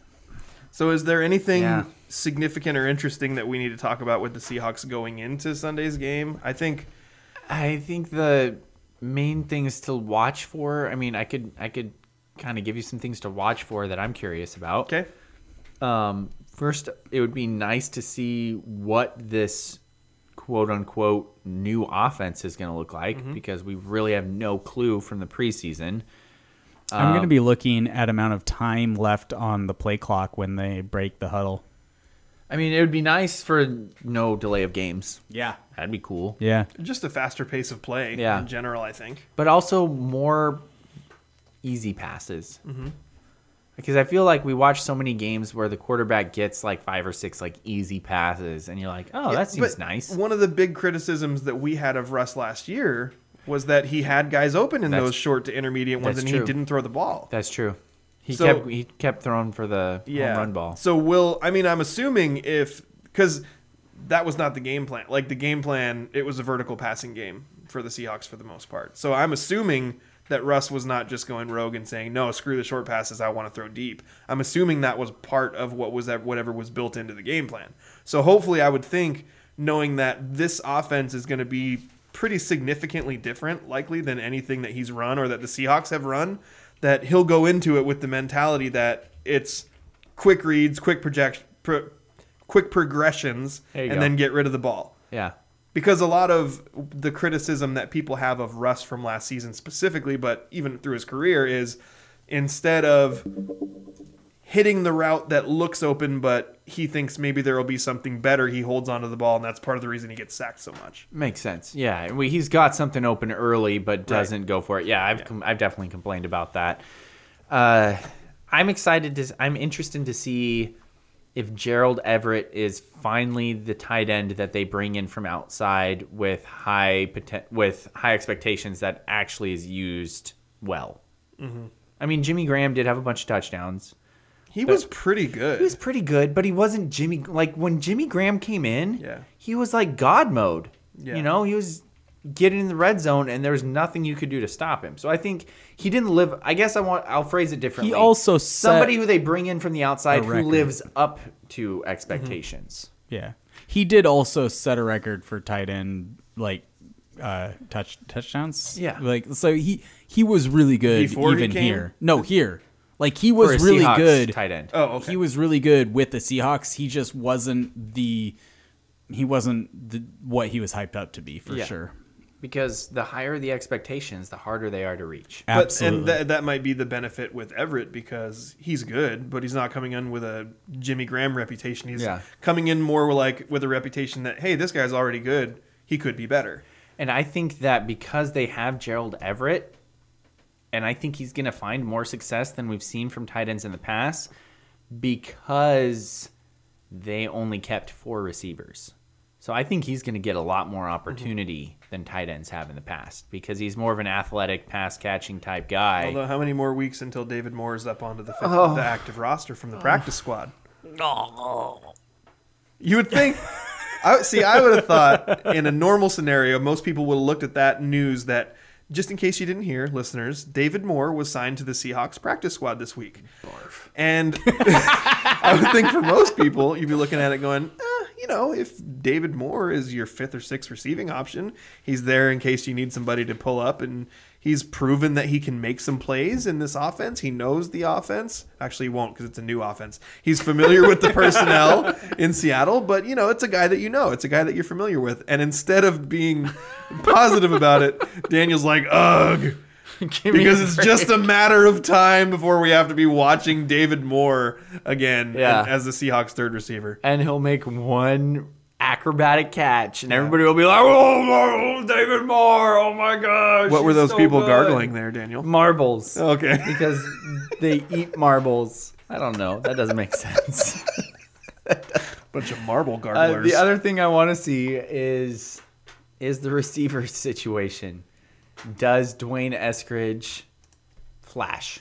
S3: So is there anything
S2: Yeah.
S3: significant or interesting that we need to talk about with the Seahawks going into Sunday's game? I think
S2: I think the main things to watch for. I mean, I could I could kind of give you some things to watch for that I'm curious about.
S3: okay.
S2: Um, first, it would be nice to see what this quote unquote new offense is going to look like because we really have no clue from the preseason.
S4: i'm going to be looking at amount of time left on the play clock when they break the huddle
S2: I mean, it would be nice for no delay of games.
S4: yeah
S2: That'd be cool.
S4: yeah
S3: Just a faster pace of play
S2: Yeah.
S3: in general, I think.
S2: But also more easy passes. Because I feel like we watch so many games where the quarterback gets like five or six like easy passes, and you're like, oh, that seems
S3: But
S2: nice.
S3: One of the big criticisms that we had of Russ last year was that he had guys open in
S2: That's-
S3: those short to intermediate ones
S2: that's
S3: and
S2: true.
S3: he didn't throw the ball.
S2: That's true. He
S3: So-
S2: kept he kept throwing for the home run ball.
S3: So will I mean I'm assuming if because that was not the game plan. Like the game plan, it was a vertical passing game for the Seahawks for the most part. So I'm assuming that Russ was not just going rogue and saying no, screw the short passes, I want to throw deep. I'm assuming that was part of what was whatever was built into the game plan. So hopefully, I would think knowing that this offense is going to be pretty significantly different, likely than anything that he's run or that the Seahawks have run, that he'll go into it with the mentality that it's quick reads, quick projection, pro, quick progressions,
S2: There you
S3: and
S2: go.
S3: then get rid of the ball.
S2: Yeah.
S3: Because a lot of the criticism that people have of Russ from last season specifically, but even through his career, is instead of hitting the route that looks open, but he thinks maybe there will be something better, he holds onto the ball, and that's part of the reason he gets sacked so much.
S2: Makes sense. Yeah, we, he's got something open early, but doesn't go for it. Yeah, I've Com- I've definitely complained about that. Uh, I'm excited to. I'm interested to see if Gerald Everett is finally the tight end that they bring in from outside with high poten- with high expectations that actually is used well. I mean, Jimmy Graham did have a bunch of touchdowns.
S3: He was pretty good.
S2: He was pretty good, but he wasn't Jimmy. Like when Jimmy Graham came in,
S3: Yeah.
S2: he was like God mode.
S3: Yeah.
S2: You know, he was getting in the red zone, and there was nothing you could do to stop him. So I think he didn't live. I guess I want. I'll phrase it differently.
S4: He also set
S2: somebody who they bring in from the outside
S4: a
S2: who
S4: record.
S2: lives up to expectations.
S4: Yeah. He did also set a record for tight end like uh touch touchdowns.
S2: Yeah.
S4: Like so he he was really good
S3: Before he
S4: even
S3: came?
S4: here. No, here. Like he
S2: For a
S4: was really
S2: Seahawks
S4: good.
S2: tight end.
S3: Oh, okay.
S4: He was really good with the Seahawks. He just wasn't the he wasn't the, what he was hyped up to be for
S2: Yeah.
S4: sure.
S2: because the higher the expectations, the harder they are to reach.
S3: But,
S4: Absolutely.
S3: and tha- that might be the benefit with Everett because he's good, but he's not coming in with a Jimmy Graham reputation. He's
S2: Yeah.
S3: coming in more like with a reputation that hey, this guy's already good. He could be better.
S2: And I think that because they have Gerald Everett, and I think he's going to find more success than we've seen from tight ends in the past because they only kept four receivers. So I think he's going to get a lot more
S3: Mm-hmm.
S2: opportunity than tight ends have in the past because he's more of an athletic, pass catching type guy.
S3: Although, how many more weeks until David Moore is up onto the, fifth, the active roster from the practice squad? You would think. I, see, I would have thought in a normal scenario, most people would have looked at that news that, just in case you didn't hear, listeners, David Moore was signed to the Seahawks practice squad this week. And *laughs* I would think for most people, you'd be looking at it going, eh, you know, if David Moore is your fifth or sixth receiving option, he's there in case you need somebody to pull up. And he's proven that he can make some plays in this offense. He knows the offense. Actually, he won't because it's a new offense. He's familiar with the personnel in Seattle, but, you know, it's a guy that you know, it's a guy that you're familiar with. And instead of being positive about it, Daniel's like, ugh
S2: *laughs* Give me
S3: because
S2: a
S3: it's
S2: break.
S3: just a matter of time before we have to be watching David Moore again
S2: Yeah.
S3: as the Seahawks third receiver.
S2: and he'll make one acrobatic catch, and everybody will be like, "Oh, oh, David Moore! Oh my gosh!"
S3: What were
S2: he's
S3: those
S2: so
S3: people
S2: good."
S3: gargling there, Daniel?
S2: Marbles,
S3: Okay.
S2: because they eat marbles. I don't know. That doesn't make sense.
S3: Bunch of marble garglers.
S2: *laughs* Uh, the other thing I want to see is is the receiver *laughs* situation. Does Dwayne Eskridge flash?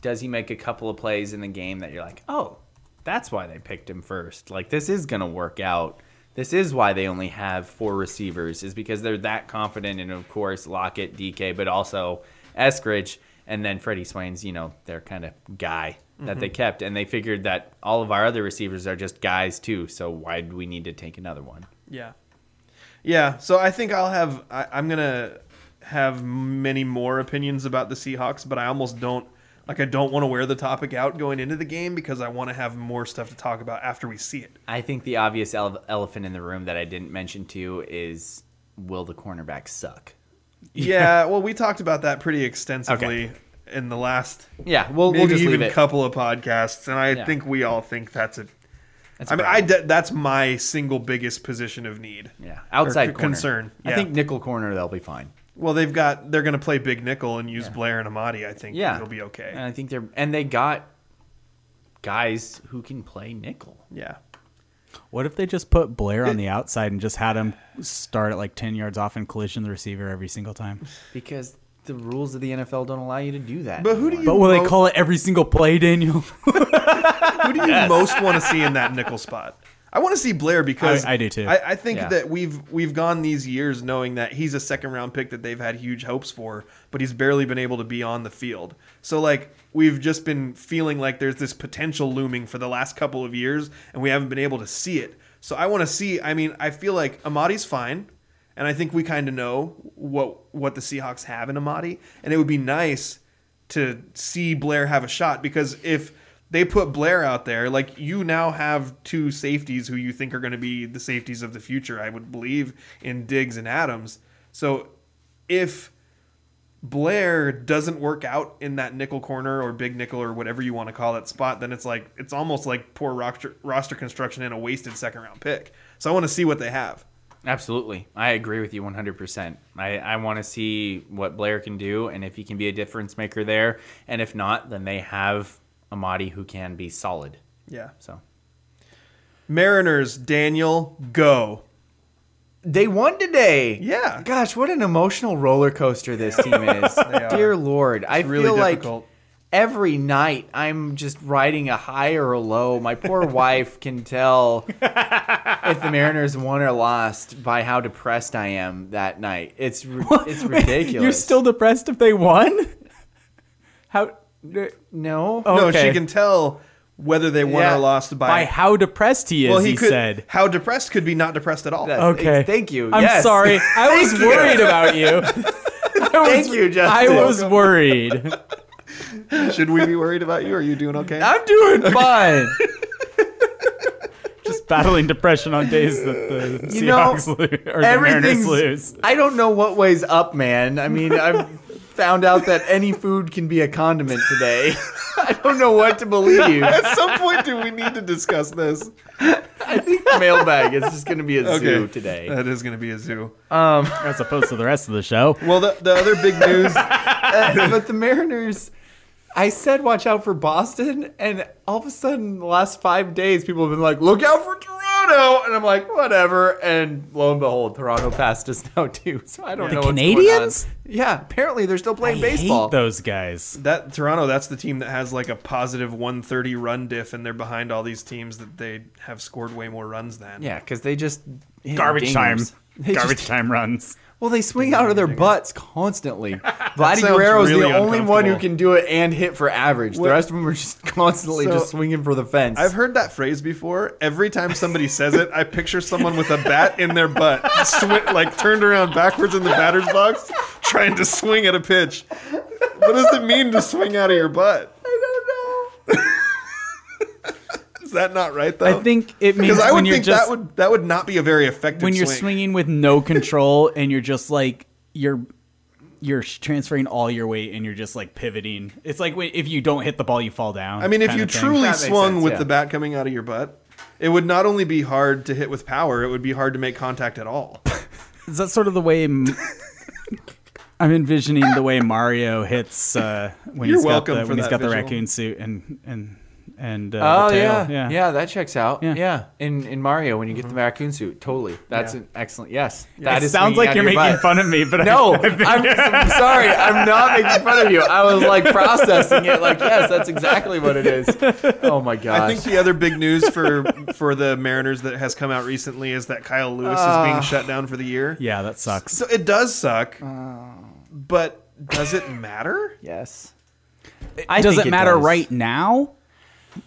S2: Does he make a couple of plays in the game that you're like, oh, that's why they picked him first? Like this is gonna work out. This is why they only have four receivers is because they're that confident in, of course, Lockett, DK, but also Eskridge, and then Freddie Swain's, you know, their kind of guy that they kept, and they figured that all of our other receivers are just guys too. So why do we need to take another one?
S3: yeah. Yeah. So I think I'll have, I, I'm going to have many more opinions about the Seahawks, but I almost don't. Like I don't want to wear the topic out going into the game because I want to have more stuff to talk about after we see
S2: *laughs*
S3: it.
S2: I think the obvious ele- elephant in the room that I didn't mention to you is will the cornerbacks suck?
S3: Yeah, well, we talked about that pretty extensively in the last
S2: Yeah, we'll,
S3: maybe
S2: we'll just
S3: even
S2: leave it.
S3: couple of podcasts, and I
S2: Yeah.
S3: think we all think that's a.
S2: That's
S3: I
S2: a
S3: mean, I
S2: problem.
S3: de- that's my single biggest position of need.
S2: yeah,
S3: Or
S2: outside
S3: c-
S2: corner.
S3: concern.
S2: I
S3: yeah.
S2: think nickel corner they'll be fine.
S3: Well, they've got they're going to play big nickel and use Blair and Amadi. I think
S2: Yeah, Uh,
S3: it'll be okay.
S2: And I think they're and they got guys who can play nickel.
S3: yeah.
S4: What if they just put Blair on the outside and just had him start at like 10 yards off and collision the receiver every single
S2: *laughs*
S4: time?
S2: because the rules of the NFL don't allow you to do that.
S3: But who do you
S4: But will they
S3: mo-
S4: call it every single play, Daniel?
S3: who do you most want to see in that nickel spot? I want to see Blair because
S4: I do too.
S3: I, I think
S2: Yeah.
S3: that we've we've gone these years knowing that he's a second round pick that they've had huge hopes for, but he's barely been able to be on the field. So like we've just been feeling like there's this potential looming for the last couple of years, and we haven't been able to see it. So I want to see. I mean, I feel like Amadi's fine, and I think we kind of know what what the Seahawks have in Amadi, and it would be nice to see Blair have a shot because if they put Blair out there, like you now have two safeties who you think are going to be the safeties of the future, I would believe, in Diggs and Adams. So if Blair doesn't work out in that nickel corner or big nickel or whatever you want to call that spot, then it's like it's almost like poor roster, roster construction and a wasted second round pick. So I want to see what they have.
S2: Absolutely. I agree with you 100%. I, I want to see what Blair can do and if he can be a difference maker there. And if not, then they have Amadi who can be solid.
S3: Yeah.
S2: So
S3: Mariners, Daniel, go.
S2: they won today.
S3: Yeah.
S2: Gosh, what an emotional roller
S3: *laughs*
S2: coaster this team is. Dear Lord. I
S3: really
S2: feel
S3: difficult.
S2: like every night I'm just riding a high or a low. My
S3: *laughs*
S2: poor wife can tell if the
S3: *laughs*
S2: Mariners won or lost by how depressed I am that night. It's ri-
S4: *laughs*
S2: it's ridiculous.
S4: You're still depressed if they won? *laughs* How
S2: no.
S4: Oh,
S3: No,
S4: Okay.
S3: she can tell whether they won
S2: Yeah.
S3: or lost by,
S4: by how depressed he is,
S3: well,
S4: he,
S3: he, could,
S4: said.
S3: How depressed could be not depressed at all.
S2: That's-
S4: Okay.
S2: Thank you.
S4: I'm
S2: Yes.
S4: sorry. I was worried about you. Thank
S2: you,
S4: I
S2: Justin.
S4: was *laughs* worried.
S3: Should we be worried about you? Are you doing okay?
S2: I'm doing fine.
S4: Just battling depression on days that the
S2: You know,
S4: Seahawks lose or the Mariners
S2: Everything's.
S4: lose.
S2: I don't know what weighs up, man. I mean,
S4: *laughs*
S2: I've found out that any food can be a condiment today. *laughs* I don't know what to
S4: *laughs*
S3: *laughs*
S2: believe.
S3: At some point, do we need to discuss this?
S2: I think the mailbag is just going to be a zoo
S3: *laughs*
S2: today.
S3: That is going to be a zoo.
S4: As opposed to the rest of the show.
S3: Well, the, the other big news.
S2: Uh, but the Mariners. I said, watch out for Boston, and all of a sudden, the last five days, people have been like, look out for Toronto, and I'm like, whatever. And lo and behold, Toronto passed us *laughs* now too. So I don't know. what's going on.
S4: Canadians?
S2: Yeah, apparently they're still playing baseball.
S4: Hate those guys.
S3: that Toronto, that's the team that has like a positive 130 run diff, and they're behind all these teams that they have scored way more runs than.
S2: Yeah, because they just hit
S4: Garbage time.
S2: dingers. *laughs* They
S4: Garbage
S2: just-
S4: time runs.
S2: well, they swing out of their butts
S4: *laughs*
S2: constantly. Vladdy
S3: sounds
S2: Guerrero's
S3: really
S2: the only one who
S3: uncomfortable.
S2: can do it and hit for average. the rest of them are just *laughs* constantly
S3: So-
S2: just swinging for the fence.
S3: I've heard that phrase before. Every time somebody says it, I picture someone with a bat in their butt, swi- like turned around backwards in the batter's box, trying to swing at a pitch. What does it mean to swing out of your butt? I don't know. *laughs* is that not right though?
S4: I think it means
S3: because I
S4: when
S3: would
S4: you're
S3: think
S4: just
S3: that would that would not be a very effective
S4: when you're
S3: swing.
S4: swinging
S3: *laughs*
S4: with no control and you're just like you're you're sh- transferring all your weight and you're just like pivoting. It's like when, if you don't hit the ball, you fall down.
S3: I mean, if
S4: kind
S3: you
S4: of thing.
S3: truly
S2: That makes
S3: swung
S2: sense,
S3: with
S2: yeah.
S3: the bat coming out of your butt, it would not only be hard to hit with power, it would be hard to make contact at all.
S4: is that sort of the
S3: *laughs*
S4: way m- I'm envisioning the way Mario hits uh, when
S3: You're
S4: he's got
S3: welcome
S4: the
S3: for
S4: when he's
S3: that
S4: got the
S3: visual.
S4: raccoon suit and and and uh,
S2: Oh
S4: the
S2: yeah.
S4: tail.
S2: yeah,
S4: yeah.
S2: that checks out. Yeah,
S4: Yeah. Mm-hmm.
S2: in in Mario when you get the raccoon suit, totally. That's an excellent. Yes, that
S4: It
S2: is
S4: sounds
S2: swinging
S4: like
S2: out
S4: you're
S2: of your
S4: making
S2: butt.
S4: fun of me, but I-
S2: No,
S4: *laughs* I, think-
S2: I'm, I'm sorry. I'm not making fun of you. I was like processing it. Like, yes, that's exactly what it is. Oh my gosh.
S4: Uh,
S3: I think the other big news for *laughs* for the Mariners that has come out recently is that Kyle Lewis is being shut down for the year.
S4: Uh. yeah, that sucks.
S3: So it does suck,
S4: Oh.
S3: but does it matter?
S2: yes.
S4: does
S2: think
S4: it
S2: it
S4: matter
S2: does.
S4: right now?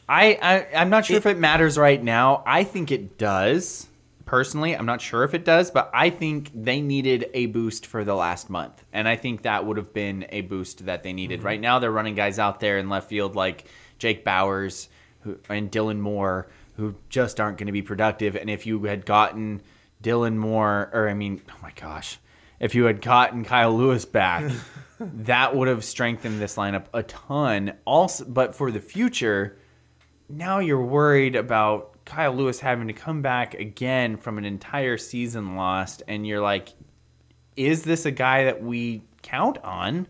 S2: I, I I'm not sure if it matters right now. I think it does. Personally, I'm not sure if it does, but I think they needed a boost for the last month. And I think that would have been a boost that they needed. Right now they're running guys out there in left field like Jake Bowers who, and Dylan Moore who just aren't going to be productive. And if you had gotten Dylan Moore or I mean, oh my gosh. If you had gotten Kyle Lewis back, that would have strengthened this lineup a ton. Also, but for the future, now you're worried about Kyle Lewis having to come back again from an entire season lost, and you're like, is this a guy that we count on?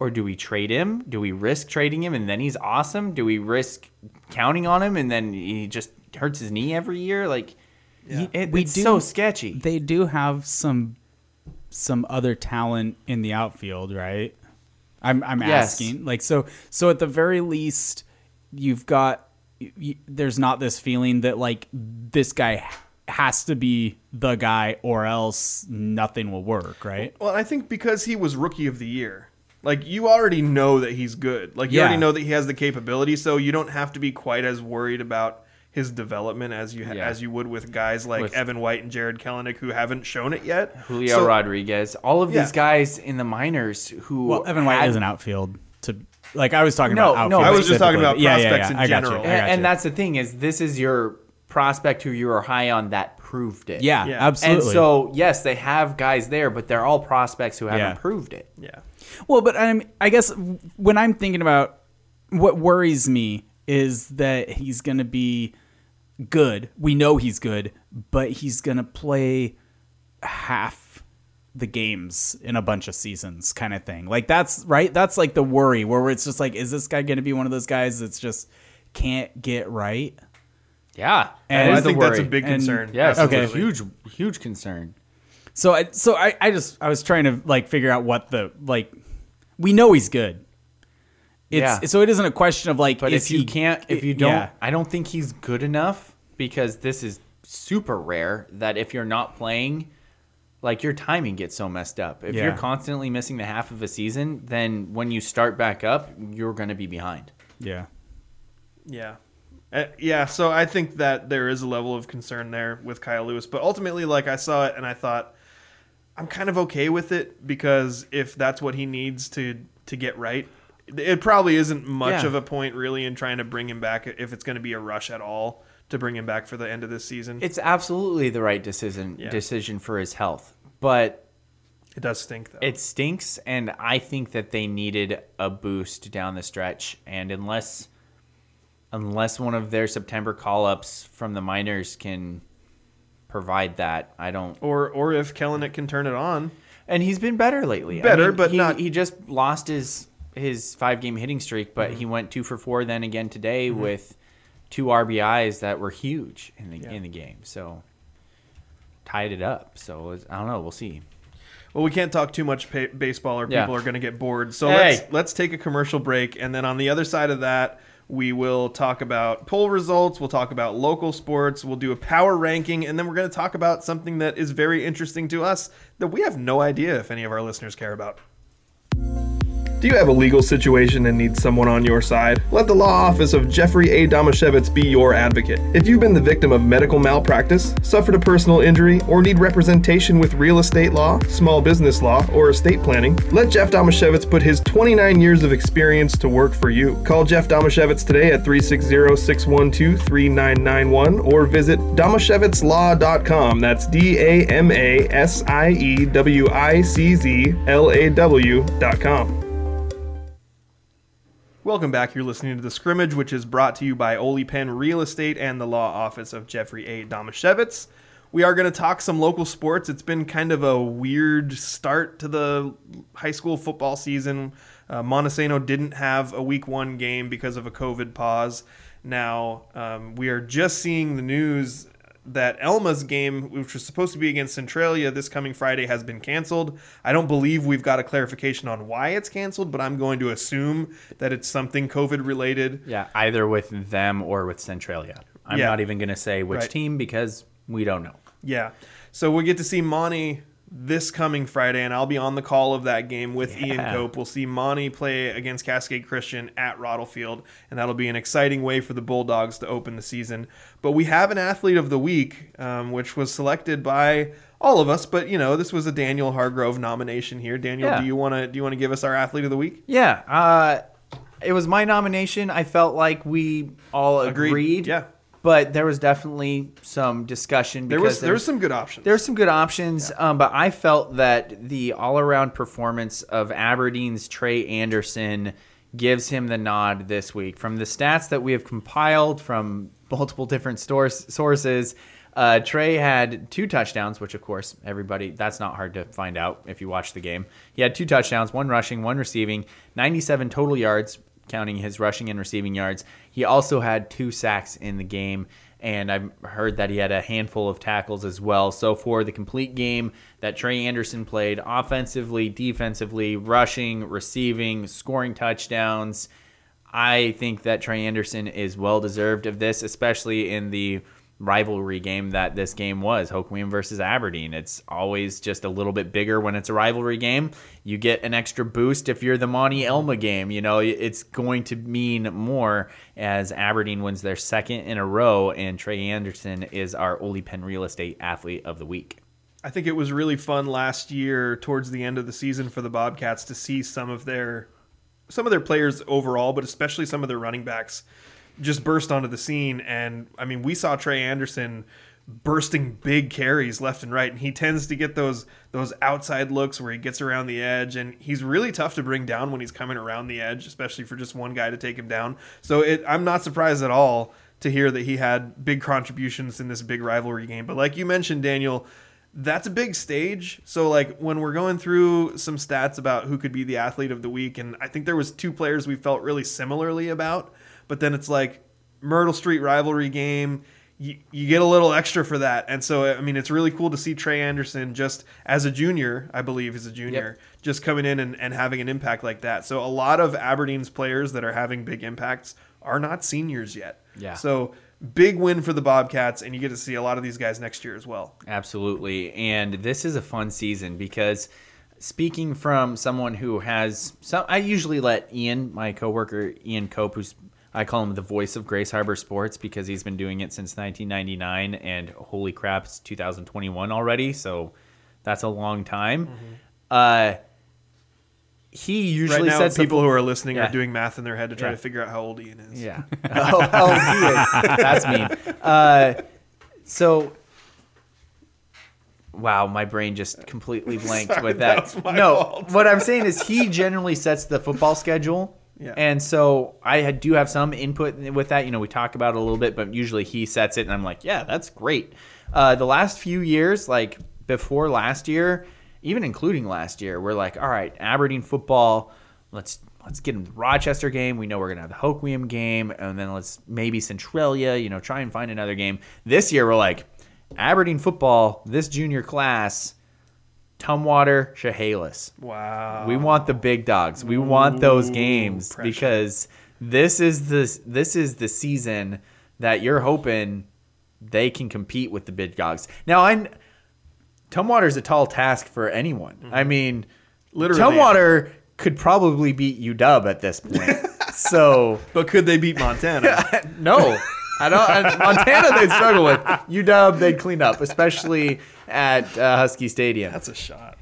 S2: Or do we trade him? Do we risk trading him and then he's awesome? Do we risk counting on him and then he just hurts his knee every year? Like, it,
S4: We
S2: it's
S4: do-
S2: so sketchy.
S4: They do have some some other talent in the outfield, right? I'm I'm
S2: Yes.
S4: asking. Like so so at the very least you've got y y there's not this feeling that like this guy has to be the guy or else nothing will work, right?
S3: Well, I think because he was rookie of the year. Like you already know that he's good. Like you
S4: Yeah.
S3: already know that he has the capability, so you don't have to be quite as worried about his development as you ha-
S2: Yeah.
S3: as you would with guys like
S2: With-
S3: Evan White and Jared Kelenic who haven't shown it yet.
S2: Julio
S3: So-
S2: Rodriguez, all of
S3: Yeah.
S2: these guys in the minors who
S4: Well, Evan White
S2: had-
S4: is an outfield to like I was talking
S2: No,
S4: about
S2: no,
S4: outfield
S2: I was
S3: just talking
S4: specifically,
S3: about
S4: but yeah, yeah,
S3: prospects in
S4: yeah, I got you,
S3: general.
S4: I
S2: and,
S4: got
S2: and
S4: you.
S2: that's the thing is this is your prospect who you were high on that proved it.
S4: yeah,
S3: Yeah.
S4: absolutely.
S2: And so yes, they have guys there, but they're all prospects who haven't
S4: Yeah.
S2: proved it.
S3: Yeah.
S4: Well, but I'm, I guess when I'm thinking about what worries me is that he's going to be good. We know he's good, but he's going to play half the games in a bunch of seasons kind of thing. Like that's right. That's like the worry where it's just like, is this guy going to be one of those guys that's just can't get right?
S2: Yeah,
S4: And
S3: Well,
S4: is
S3: I
S4: the
S3: think that's a
S4: worry.
S3: big
S4: And-
S3: concern.
S2: yeah,
S4: Okay.
S2: okay, huge, huge concern.
S4: So I so I, I just I was trying to like figure out what the like we know he's good. It's
S2: Yeah.
S4: so it isn't a question of like
S2: But
S4: is
S2: if you
S4: he-
S2: can't, if you
S4: yeah.
S2: don't, I don't think he's good enough because this is super rare. That if you're not playing, like your timing gets so messed up. If
S4: Yeah.
S2: you're constantly missing the half of a season, then when you start back up, you're going to be behind.
S4: Yeah.
S3: Yeah. Uh, yeah, so I think that there is a level of concern there with Kyle Lewis, but ultimately like I saw it and I thought I'm kind of okay with it because if that's what he needs to to get right, it probably isn't much
S2: Yeah.
S3: of a point really in trying to bring him back if it's going to be a rush at all to bring him back for the end of this season. It,
S2: It's absolutely the right decision
S3: Yeah.
S2: decision for his health, but
S3: does stink though.
S2: it stinks, and I think that they needed a boost down the stretch. And unless unless one of their September call ups from the minors can provide that, I don't.
S3: or or if Kellenick can turn it on,
S2: And he's been better lately. I
S3: Better, but
S2: he,
S3: not-
S2: He just lost his his five game hitting streak, but
S3: Mm-hmm.
S2: he went two for four. Then again today with two RBIs that were huge in the in the game. So tied it up. So it's- I don't know. We'll see.
S3: Well, we can't talk too much pa baseball, or
S2: Yeah.
S3: people are going to get bored. So
S2: Hey.
S3: let's let's take a commercial break, and then on the other side of that, we will talk about poll results. We'll talk about local sports. We'll do a power ranking, and then we're going to talk about something that is very interesting to us that we have no idea if any of our listeners care about. Do you have a legal situation and need someone on your side? Let the law office of Jeffrey A. Domashevitz be your advocate. If you've been the victim of medical malpractice, suffered a personal injury, or need representation with real estate law, small business law, or estate planning, let Jeff Domashevitz put his 29 years of experience to work for you. Call Jeff Domashevitz today at 360 612 3991 or visit domashevitzlaw.com. That's D A M A S I E W I C Z L A W.com. Welcome back. You're listening to The Scrimmage, which is brought to you by Ole Penn Real Estate and the law office of Jeffrey A. Domashevitz. We are going to talk some local sports. It's been kind of a weird start to the high school football season. Uh, Montesano didn't have a week one game because of a COVID pause. Now, um, we are just seeing the news that Elma's game, which was supposed to be against Centralia this coming Friday, has been canceled. I don't believe we've got a clarification on why it's canceled, but I'm going to assume that it's something COVID related.
S2: Yeah, either with them or with Centralia. I'm
S3: Yeah.
S2: not even going to say which
S3: Right.
S2: team because we don't know.
S3: Yeah. So we get to see Monty this coming Friday, and I'll be on the call of that game with Ian
S2: Yeah.
S3: Cope. We'll see Monty play against Cascade Christian at Rottlefield, and that'll be an exciting way for the Bulldogs to open the season. But we have an athlete of the week, um, which was selected by all of us. But you know, this was a Daniel Hargrove nomination here. Daniel,
S2: Yeah.
S3: do you want to do you want to give us our athlete of the week?
S2: Yeah, uh, it was my nomination. I felt like we all
S3: Agreed.
S2: agreed.
S3: Yeah.
S2: but there was definitely some discussion.
S3: There
S2: because
S3: was there was some good options.
S2: There's some good options, um, but I felt that the all around performance of Aberdeen's Trey Anderson gives him the nod this week. From the stats that we have compiled from multiple different stores, sources, uh, Trey had two touchdowns, which, of course, everybody, that's not hard to find out if you watch the game. He had two touchdowns, one rushing, one receiving, 97 total yards, counting his rushing and receiving yards. He also had two sacks in the game, and I've heard that he had a handful of tackles as well. So for the complete game that Trey Anderson played, offensively, defensively, rushing, receiving, scoring touchdowns, I think that Trey Anderson is well deserved of this, especially in the rivalry game that this game was Hoquiam versus Aberdeen. It's always just a little bit bigger when it's a rivalry game. You get an extra boost if you're the Monty Elma game. You know, it's going to mean more as Aberdeen wins their second in a row, and Trey Anderson is our Ole Penn Real Estate Athlete of the Week.
S3: I think it was really fun last year towards the end of the season for the Bobcats to see some of their some of their players overall, but especially some of their running backs just burst onto the scene and I mean we saw Trey Anderson bursting big carries left and right and he tends to get those those outside looks where he gets around the edge and he's really tough to bring down when he's coming around the edge especially for just one guy to take him down so it, I'm not surprised at all to hear that he had big contributions in this big rivalry game but like you mentioned Daniel that's a big stage. So like when we're going through some stats about who could be the athlete of the week, and I think there was two players we felt really similarly about, but then it's like Myrtle Street rivalry game. You, you get a little extra for that. And so, I mean, it's really cool to see Trey Anderson just as a junior, I believe, as a junior, just coming in and, and having an impact like that. So, a lot of Aberdeen's players that are having big impacts are not seniors yet.
S2: Yeah.
S3: So, big win for the Bobcats, and you get to see a lot of these guys next year as well.
S2: Absolutely. And this is a fun season because speaking from someone who has some I usually let Ian, my coworker Ian Cope, who's I call him the voice of Grace Harbor Sports because he's been doing it since 1999 and holy crap, it's 2021 already. So that's a long time. Uh he
S3: Mm-hmm. Right
S2: usually
S3: now,
S2: said
S3: people
S2: something-
S3: who are listening
S2: Yeah.
S3: are doing math in their head to try
S2: Yeah.
S3: to figure out how old Ian is.
S2: Yeah. *laughs* oh, oh, he is. That's mean. Uh, so, wow, my brain just completely *laughs* blanked with that.
S3: was my
S2: no,
S3: fault.
S2: what I'm saying is he generally sets the football schedule.
S3: Yeah.
S2: And so I had- do have some input with that. You know, we talk about it a little bit, but usually he sets it, and I'm like, yeah, that's great. Uh, the last few years, like before last year, even including last year, we're like, all right, Aberdeen football, let's let's get in the Rochester game. We know we're gonna have the Hoquiam game, and then let's maybe Centralia. You know, try and find another game. This year, we're like, Aberdeen football, this junior class, Tumwater, Chehalis.
S3: Wow.
S2: We want the big dogs. We want those games
S3: pressure.
S2: because this is the this is the season that you're hoping they can compete with the big dogs. Now I'm Tumwater is a tall task for anyone. I mean,
S3: Mm-hmm. Literally.
S2: Tumwater could probably beat UW at
S3: *laughs*
S2: this point. so
S3: But could they beat *laughs* Montana?
S2: no. I don't. I- Montana, they'd struggle with. UW, they'd clean up, especially at uh, Husky Stadium.
S3: That's a *laughs* shot.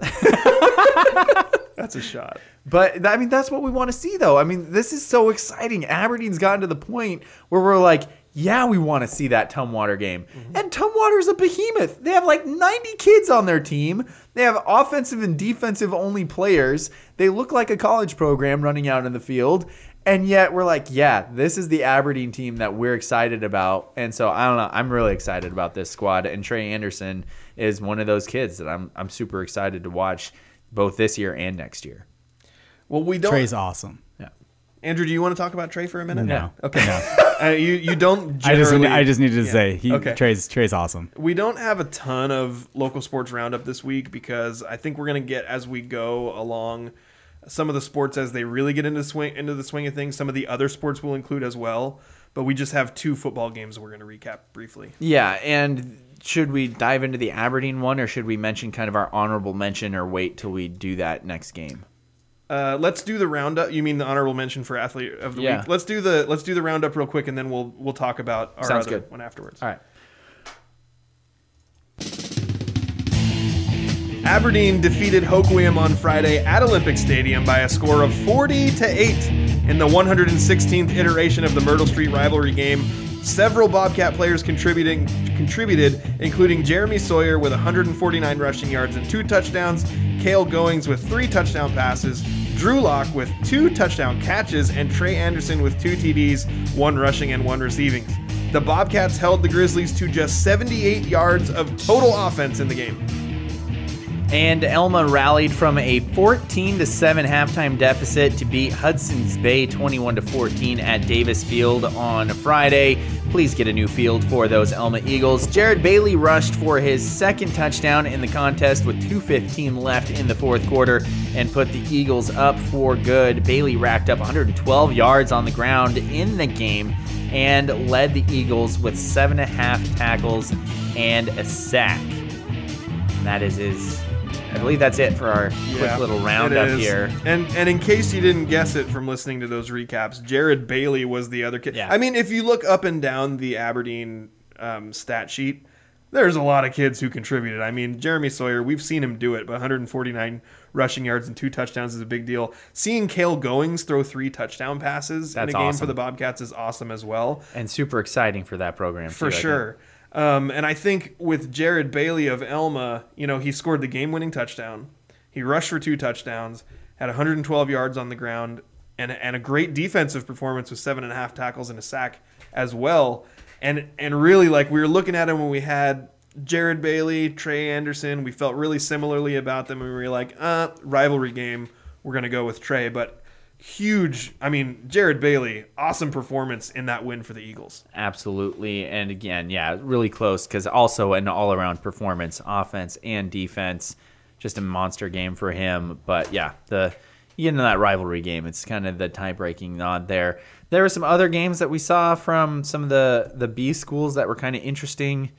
S3: That's a shot.
S2: But th- I mean, that's what we want to see, though. I mean, this is so exciting. Aberdeen's gotten to the point where we're like, yeah, we want to see that Tumwater game. And Tumwater's a behemoth. They have like 90 kids on their team. They have offensive and defensive only players. They look like a college program running out in the field. And yet we're like, yeah, this is the Aberdeen team that we're excited about. And so I don't know. I'm really excited about this squad. And Trey Anderson is one of those kids that I'm, I'm super excited to watch both this year and next year.
S3: Well, we don't.
S4: Trey's awesome.
S3: Andrew, do you want to talk about Trey for a minute?
S4: No.
S3: Okay. *laughs* Uh, you you don't.
S4: I just
S3: generally-
S4: I just needed to
S3: Yeah.
S4: say he
S3: Okay.
S4: Trey's Trey's awesome.
S3: we don't have a ton of local sports roundup this week because I think we're gonna get as we go along some of the sports as they really get into swing into the swing of things. Some of the other sports we'll include as well, but we just have two football games we're gonna recap briefly.
S2: Yeah, and should we dive into the Aberdeen one, or should we mention kind of our honorable mention, or wait till we do that next game?
S3: Uh, let's do the roundup. You mean the honorable mention for athlete of the
S2: Yeah.
S3: week? Let's do the let's do the roundup real quick, and then we'll we'll talk about our
S2: Sounds
S3: other
S2: good.
S3: one afterwards.
S2: All right.
S3: Aberdeen defeated Hoquiam on Friday at Olympic Stadium by a score of 40 to 8 in the 116th iteration of the Myrtle Street rivalry game. Several Bobcat players contributing contributed, including Jeremy Sawyer with 149 rushing yards and two touchdowns, Cale Goings with three touchdown passes, Drew Locke with two touchdown catches, and Trey Anderson with two TDs, one rushing and one receiving. The Bobcats held the Grizzlies to just 78 yards of total offense in the game.
S2: And Elma rallied from a 14 to 7 halftime deficit to beat Hudson's Bay 21 to 14 at Davis Field on Friday. Please get a new field for those Elma Eagles. Jared Bailey rushed for his second touchdown in the contest with 2:15 left in the fourth quarter and put the Eagles up for good. Bailey racked up 112 yards on the ground in the game and led the Eagles with seven and a half tackles and a sack. And that is his. I believe that's it for our
S3: Yeah,
S2: quick little
S3: it
S2: roundup
S3: is.
S2: here.
S3: And and in case you didn't guess it from listening to those recaps, Jared Bailey was the other kid.
S2: Yeah.
S3: I mean, if you look up and down the Aberdeen um, stat sheet, there's a lot of kids who contributed. I mean, Jeremy Sawyer, we've seen him do it, but 149 rushing yards and two touchdowns is a big deal. Seeing Cale Goings throw three touchdown passes in
S2: That's
S3: a game for
S2: awesome.
S3: the Bobcats is awesome as well.
S2: And super exciting for that program.
S3: For sure. Um, and I think with Jared Bailey of Elma, you know, he scored the game winning touchdown. He rushed for two touchdowns, had 112 yards on the ground, and, and a great defensive performance with seven and a half tackles and a sack as well. And, and really, like, we were looking at him when we had Jared Bailey, Trey Anderson. We felt really similarly about them, and we were like, uh, rivalry game. We're going to go with Trey. But huge, I mean, Jared Bailey, awesome performance in that win for the Eagles.
S2: Absolutely. And again, yeah, really close because also an all around performance, offense and defense. Just a monster game for him. But yeah, the you know that rivalry game. It's kind of the tie breaking nod there. There were some other games that we saw from some of the the B schools that were kind of interesting.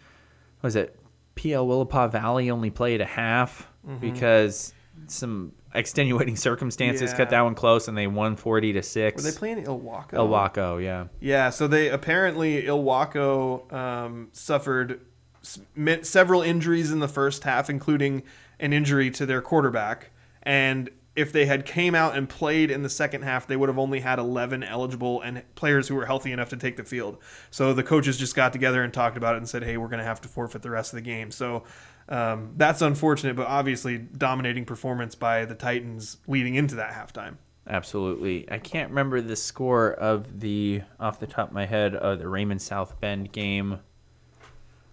S2: What was it PL Willapa Valley only played a half
S3: Mm-hmm.
S2: because some extenuating *laughs* circumstances
S3: Yeah.
S2: cut that one close and they won 40 to 6.
S3: Were they playing Ilwaco?
S2: Ilwaco, yeah.
S3: Yeah, so they apparently Ilwaco um, suffered s- mi- several injuries in the first half, including an injury to their quarterback, and if they had came out and played in the second half, they would have only had 11 eligible and players who were healthy enough to take the field. So the coaches just got together and talked about it and said, "Hey, we're going to have to forfeit the rest of the game." So um, that's unfortunate, but obviously dominating performance by the Titans leading into that halftime.
S2: Absolutely. I can't remember the score of the off the top of my head of the Raymond South Bend game.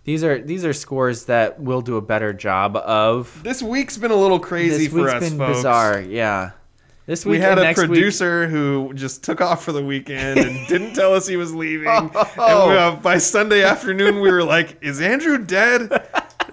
S2: These are these are scores that we'll do a better job of.
S3: This week's been a little crazy
S2: this
S3: for
S2: week's
S3: us,
S2: been
S3: folks.
S2: bizarre. Yeah. This week
S3: We had
S2: and
S3: a
S2: next week-
S3: producer who just took off for the weekend
S2: *laughs*
S3: and didn't tell us he was leaving. And
S2: Oh.
S3: uh, by Sunday afternoon, we were like, "Is Andrew dead?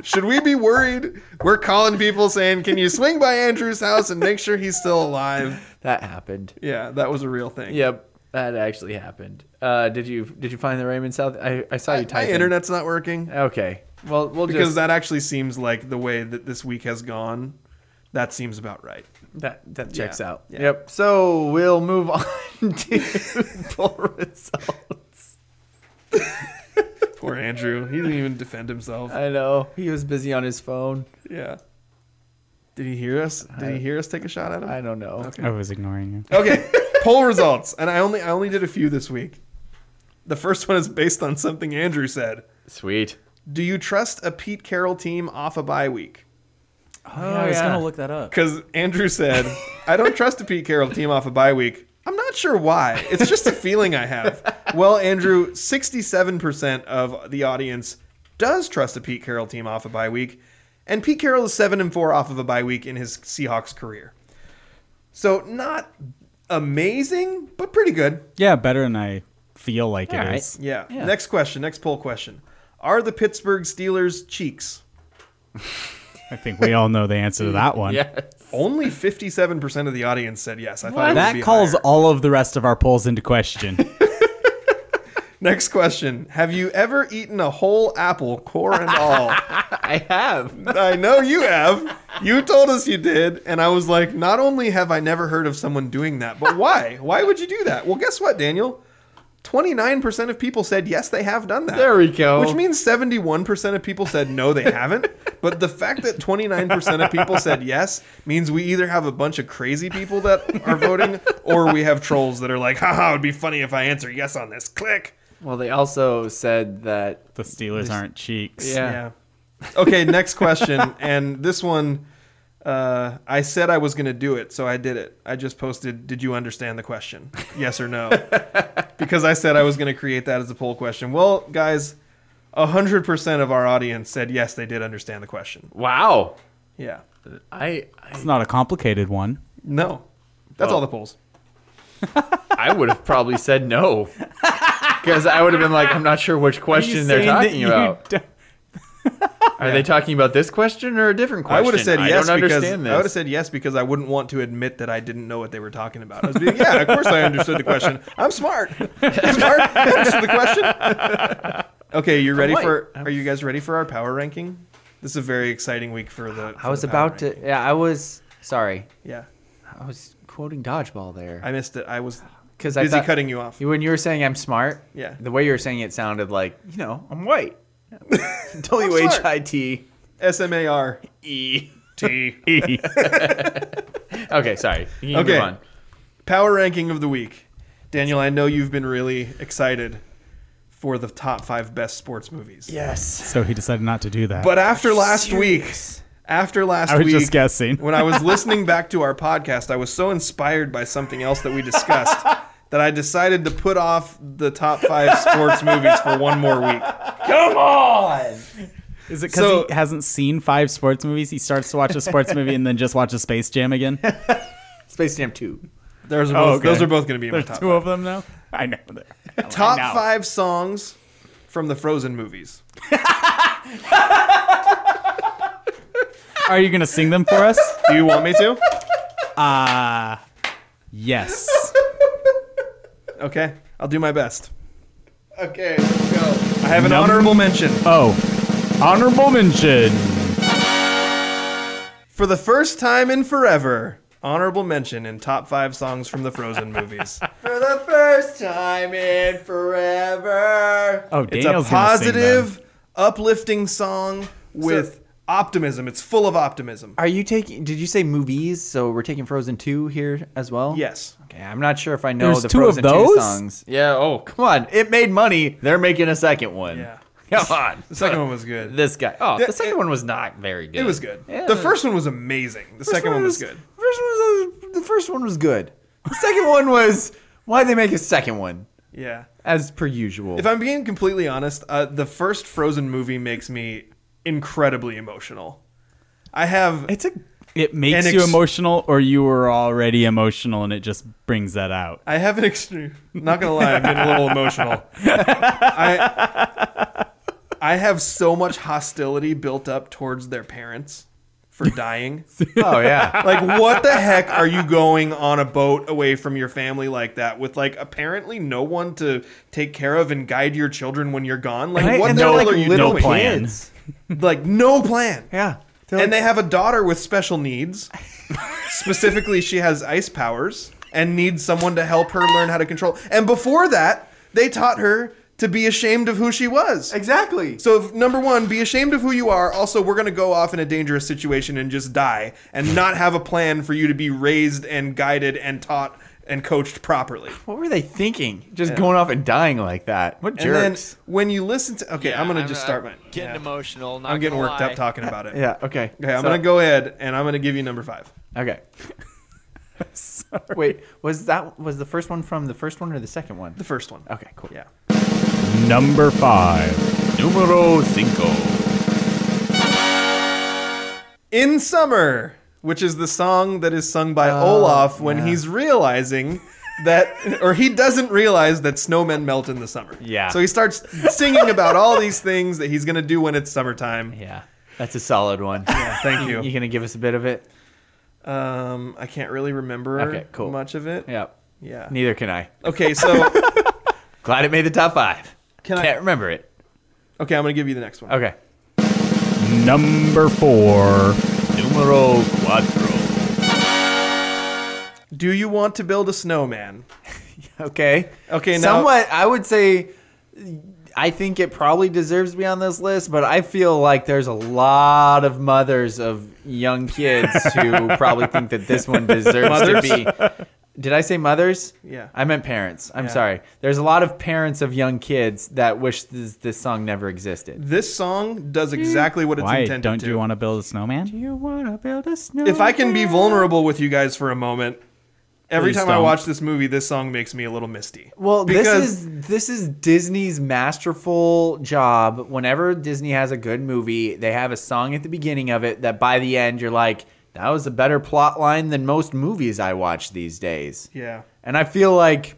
S3: Should we be worried?" We're calling people saying, "Can you swing by Andrew's house and make sure he's still alive?"
S2: that happened.
S3: Yeah, that was a real thing.
S2: Yep, that actually happened. Uh, did you did you find the Raymond South? I, I saw you
S3: My
S2: type in.
S3: internet's not working
S2: Okay. Well, we'll
S3: because
S2: Uh, just
S3: that actually seems like the way that this week has gone. That seems about right.
S2: that that checks out.
S3: yeah.
S2: Yep. So we'll move *laughs* on to *laughs* poll results.
S3: Poor Andrew. He didn't even defend himself.
S2: *laughs* I know he was busy on his phone.
S3: Yeah. Did he hear us? Did he hear us take a shot at him?
S2: I don't know. *laughs*
S4: I was ignoring you.
S3: Okay, poll results, and I only I only did a few this week. The first one is based on something Andrew said.
S2: Sweet.
S3: Do you trust a Pete Carroll team off a bye week?
S2: Oh, yeah, I was gonna look that up.
S3: Because Andrew said, I don't trust a Pete Carroll team off a bye week. I'm not sure why. It's just a feeling I have. Well, Andrew, 67% of the audience does trust a Pete Carroll team off a bye week, and Pete Carroll is 7 and 4 off of a bye week in his Seahawks career. So, not amazing, but pretty good.
S4: Yeah, better than I feel like
S2: All
S4: it
S2: right.
S4: is.
S3: Yeah.
S2: Yeah.
S3: Next question. Next poll question. Are the Pittsburgh Steelers cheeks?
S4: I think we all know the answer to that one.
S2: Yeah.
S3: Only 57% of the audience said yes. I thought it would
S4: That
S3: be
S4: calls
S3: higher.
S4: all of the rest of our polls
S2: *laughs*
S4: into question.
S3: Next question. Have you ever eaten a whole apple, core and
S2: *laughs*
S3: all?
S2: I have.
S3: I know you have. You told us you did, and I was like, not only have I never heard of someone doing that, but why? Why would you do that? Well, guess what, Daniel? 29% of people said yes, they have done that.
S2: There we go.
S3: Which means 71% of people said no, they haven't. but the fact that 29% of people said yes means we either have a bunch of crazy people that are voting or we have trolls that are like, haha, it would be funny if I answer yes on this. Click.
S2: *laughs* Well, they also said that.
S4: the Steelers aren't cheeks.
S2: Yeah.
S3: Yeah. Okay, next question. and this one, uh, I said I was going to do it, so I did it. I just posted, Did you understand the question? Yes or no? because I said I was going to create that as a poll question. Well, guys, 100% of our audience said yes, they did understand the question.
S2: Wow.
S3: Yeah.
S2: I I,
S4: It's not a complicated one.
S3: No. That's all the polls.
S2: I would have probably said no
S5: *laughs*
S2: because I would have been like, I'm not sure which question they're talking about. Are they talking about this question or a different question?
S3: I would have said yes
S2: don't
S3: because
S2: understand
S3: I would have
S2: this.
S3: said yes because I wouldn't want to admit that I didn't know what they were talking about. I was being, yeah, of course I understood the question. I'm
S2: *laughs*
S3: smart. I'm smart. I understood the question. Okay, you ready
S2: white.
S3: for? Are you guys ready for our power ranking? This is a very exciting week for the.
S2: I was about to. Yeah, I was. Sorry,
S3: Yeah,
S2: I was quoting dodgeball there
S3: I missed it. I was
S2: because I
S3: busy
S2: thought,
S3: cutting you off.
S2: you- when you were saying I'm smart.
S3: Yeah.
S2: The way you were saying it sounded like you know
S3: *laughs*
S2: I'm white. *laughs* W
S3: I'm
S2: H
S3: smart.
S2: I T
S3: S M A R
S2: E.
S3: T.
S2: Okay, sorry. You can
S3: Okay.
S2: move on.
S3: *laughs* Power ranking of the week. Daniel, I know you've been really excited for the top five best sports movies. Yeah.
S4: So he decided not to do that.
S3: But after last week, after last
S4: I was
S3: week,
S4: just guessing.
S3: when I was listening back to our podcast, I was so inspired by something else that we
S4: *laughs*
S3: discussed that I decided to put off the top five sports movies for one more week.
S4: Is it because
S3: So-
S4: he hasn't seen five sports movies? He starts to watch
S3: *laughs*
S4: a sports movie and then just watches Space Jam again?
S2: Space Jam Two.
S3: There's
S4: Oh,
S3: both,
S4: okay.
S3: Those are both going to be in my
S4: There's
S3: top.
S4: two of them now? I know.
S3: *laughs*
S4: there.
S3: five. Top
S4: I know.
S3: five songs from the Frozen movies.
S4: Are you going to sing them for us?
S3: Do you want me
S4: *laughs*
S3: to? *laughs*
S4: Yes.
S3: Okay, I'll do my best.
S9: Okay, let's go.
S3: I have an
S4: Num-
S3: honorable mention.
S4: Oh, honorable mention.
S3: For the first time in forever, honorable mention in top five songs from the
S4: *laughs*
S3: Frozen movies.
S9: For the first time in forever.
S4: Oh,
S3: It's
S4: Daniel's
S3: a
S4: gonna sing them.
S3: positive, uplifting song with optimism. It's full of optimism.
S2: Are you taking? Did you say movies? So we're taking Frozen two here as well.
S3: Yes.
S2: Okay, I'm not sure if I know
S4: There's
S2: the
S4: two of
S2: Frozen two
S4: those?
S2: songs. Yeah. Oh, come on! It made money. They're making a second one.
S3: Yeah.
S2: Come on.
S3: The second one was good.
S2: This guy. Oh,
S3: The-
S2: the second
S3: it-
S2: one was not very good.
S3: It was good.
S2: Yeah.
S3: The first one was amazing. The second one was good.
S2: First one was, uh, the first one was good. The second one was why they make a second one
S3: Yeah.
S2: as per usual.
S3: If I'm being completely honest, uh, the first Frozen movie makes me incredibly emotional. I have
S4: It's a it makes
S3: An
S4: you
S3: ex-
S4: emotional, or you were already emotional, and it just brings that out.
S3: I have an extreme. Not gonna lie, I'm getting a little emotional. I I have so much hostility built up towards their parents for dying.
S2: oh yeah.
S3: like, what the heck are you going on a boat away from your family like that with like apparently no one to take care of and guide your children when you're gone? Like, what the
S4: they're
S3: hell
S4: like
S3: are you
S4: little
S3: doing?
S4: plan.
S3: Like, no plan.
S2: yeah.
S3: and they have a daughter with special
S2: *laughs*
S3: needs. Specifically, she has ice powers and needs someone to help her learn how to control. And before that, they taught her to be ashamed of who she was.
S10: Exactly.
S3: So, if- number one, be ashamed of who you are. Also, we're going to go off in a dangerous situation and just die and not have a plan for you to be raised and guided and taught and coached properly.
S2: What were they thinking? Just going off and dying like that. What
S3: And then
S2: jerks?
S3: when you listen to. Okay, I'm going to just start my.
S6: Getting emotional. Not
S3: I'm getting
S6: gonna
S3: worked
S6: lie.
S3: up talking about it.
S2: *laughs* yeah. Okay.
S3: Okay, I'm going to go ahead and I'm going to give you number five. *laughs*
S2: Okay. Wait, was that was the first one from the first one or the second one?
S3: The first one.
S2: Okay, cool.
S3: Yeah.
S4: Number five.
S5: Numero cinco.
S3: In Summer, which is the song that is sung by
S2: Oh,
S3: Olaf when he's realizing that, *laughs* or he doesn't realize that snowmen melt in the summer.
S2: Yeah.
S3: So he starts singing about all these things that he's going to do when it's summertime.
S2: Yeah. That's a
S3: *laughs*
S2: solid one.
S3: Thank
S2: You *laughs*
S3: you.
S2: gonna give us a bit of it?
S3: Um, I can't really remember
S2: Okay, cool.
S3: much of it.
S2: Yep.
S3: Yeah.
S2: Neither can I.
S3: Okay, so,
S2: *laughs*
S3: okay,
S2: Glad it made the top five.
S3: Can I-
S2: Can't remember it.
S3: I'm going to give you the next one.
S2: Okay.
S4: Number four.
S5: Numero cuatro.
S3: Do you want to build a snowman?
S2: Okay.
S3: Okay, now-
S2: Somewhat, I would say, I think it probably deserves to be on this list, but I feel like there's a lot of mothers of
S3: *laughs*
S2: young kids who probably think that this one deserves to be. Did I say mothers?
S3: Yeah.
S2: I meant parents. I'm sorry. There's a lot of parents of young kids that wish this, this song never existed.
S3: This song does
S2: Hmm.
S3: exactly what it's
S4: Why
S3: intended
S4: don't
S3: to.
S4: you want to build a snowman?
S2: You wanna build a snow?
S3: if I can be vulnerable with you guys for a moment, every
S4: Please
S3: time I
S4: don't.
S3: watch this movie, this song makes me a little misty.
S2: Well,
S3: Because-
S2: this is this is Disney's masterful job. Whenever Disney has a good movie, they have a song at the beginning of it that by the end you're like, that was a better plot line than most movies I watch these days.
S3: yeah,
S2: And I feel like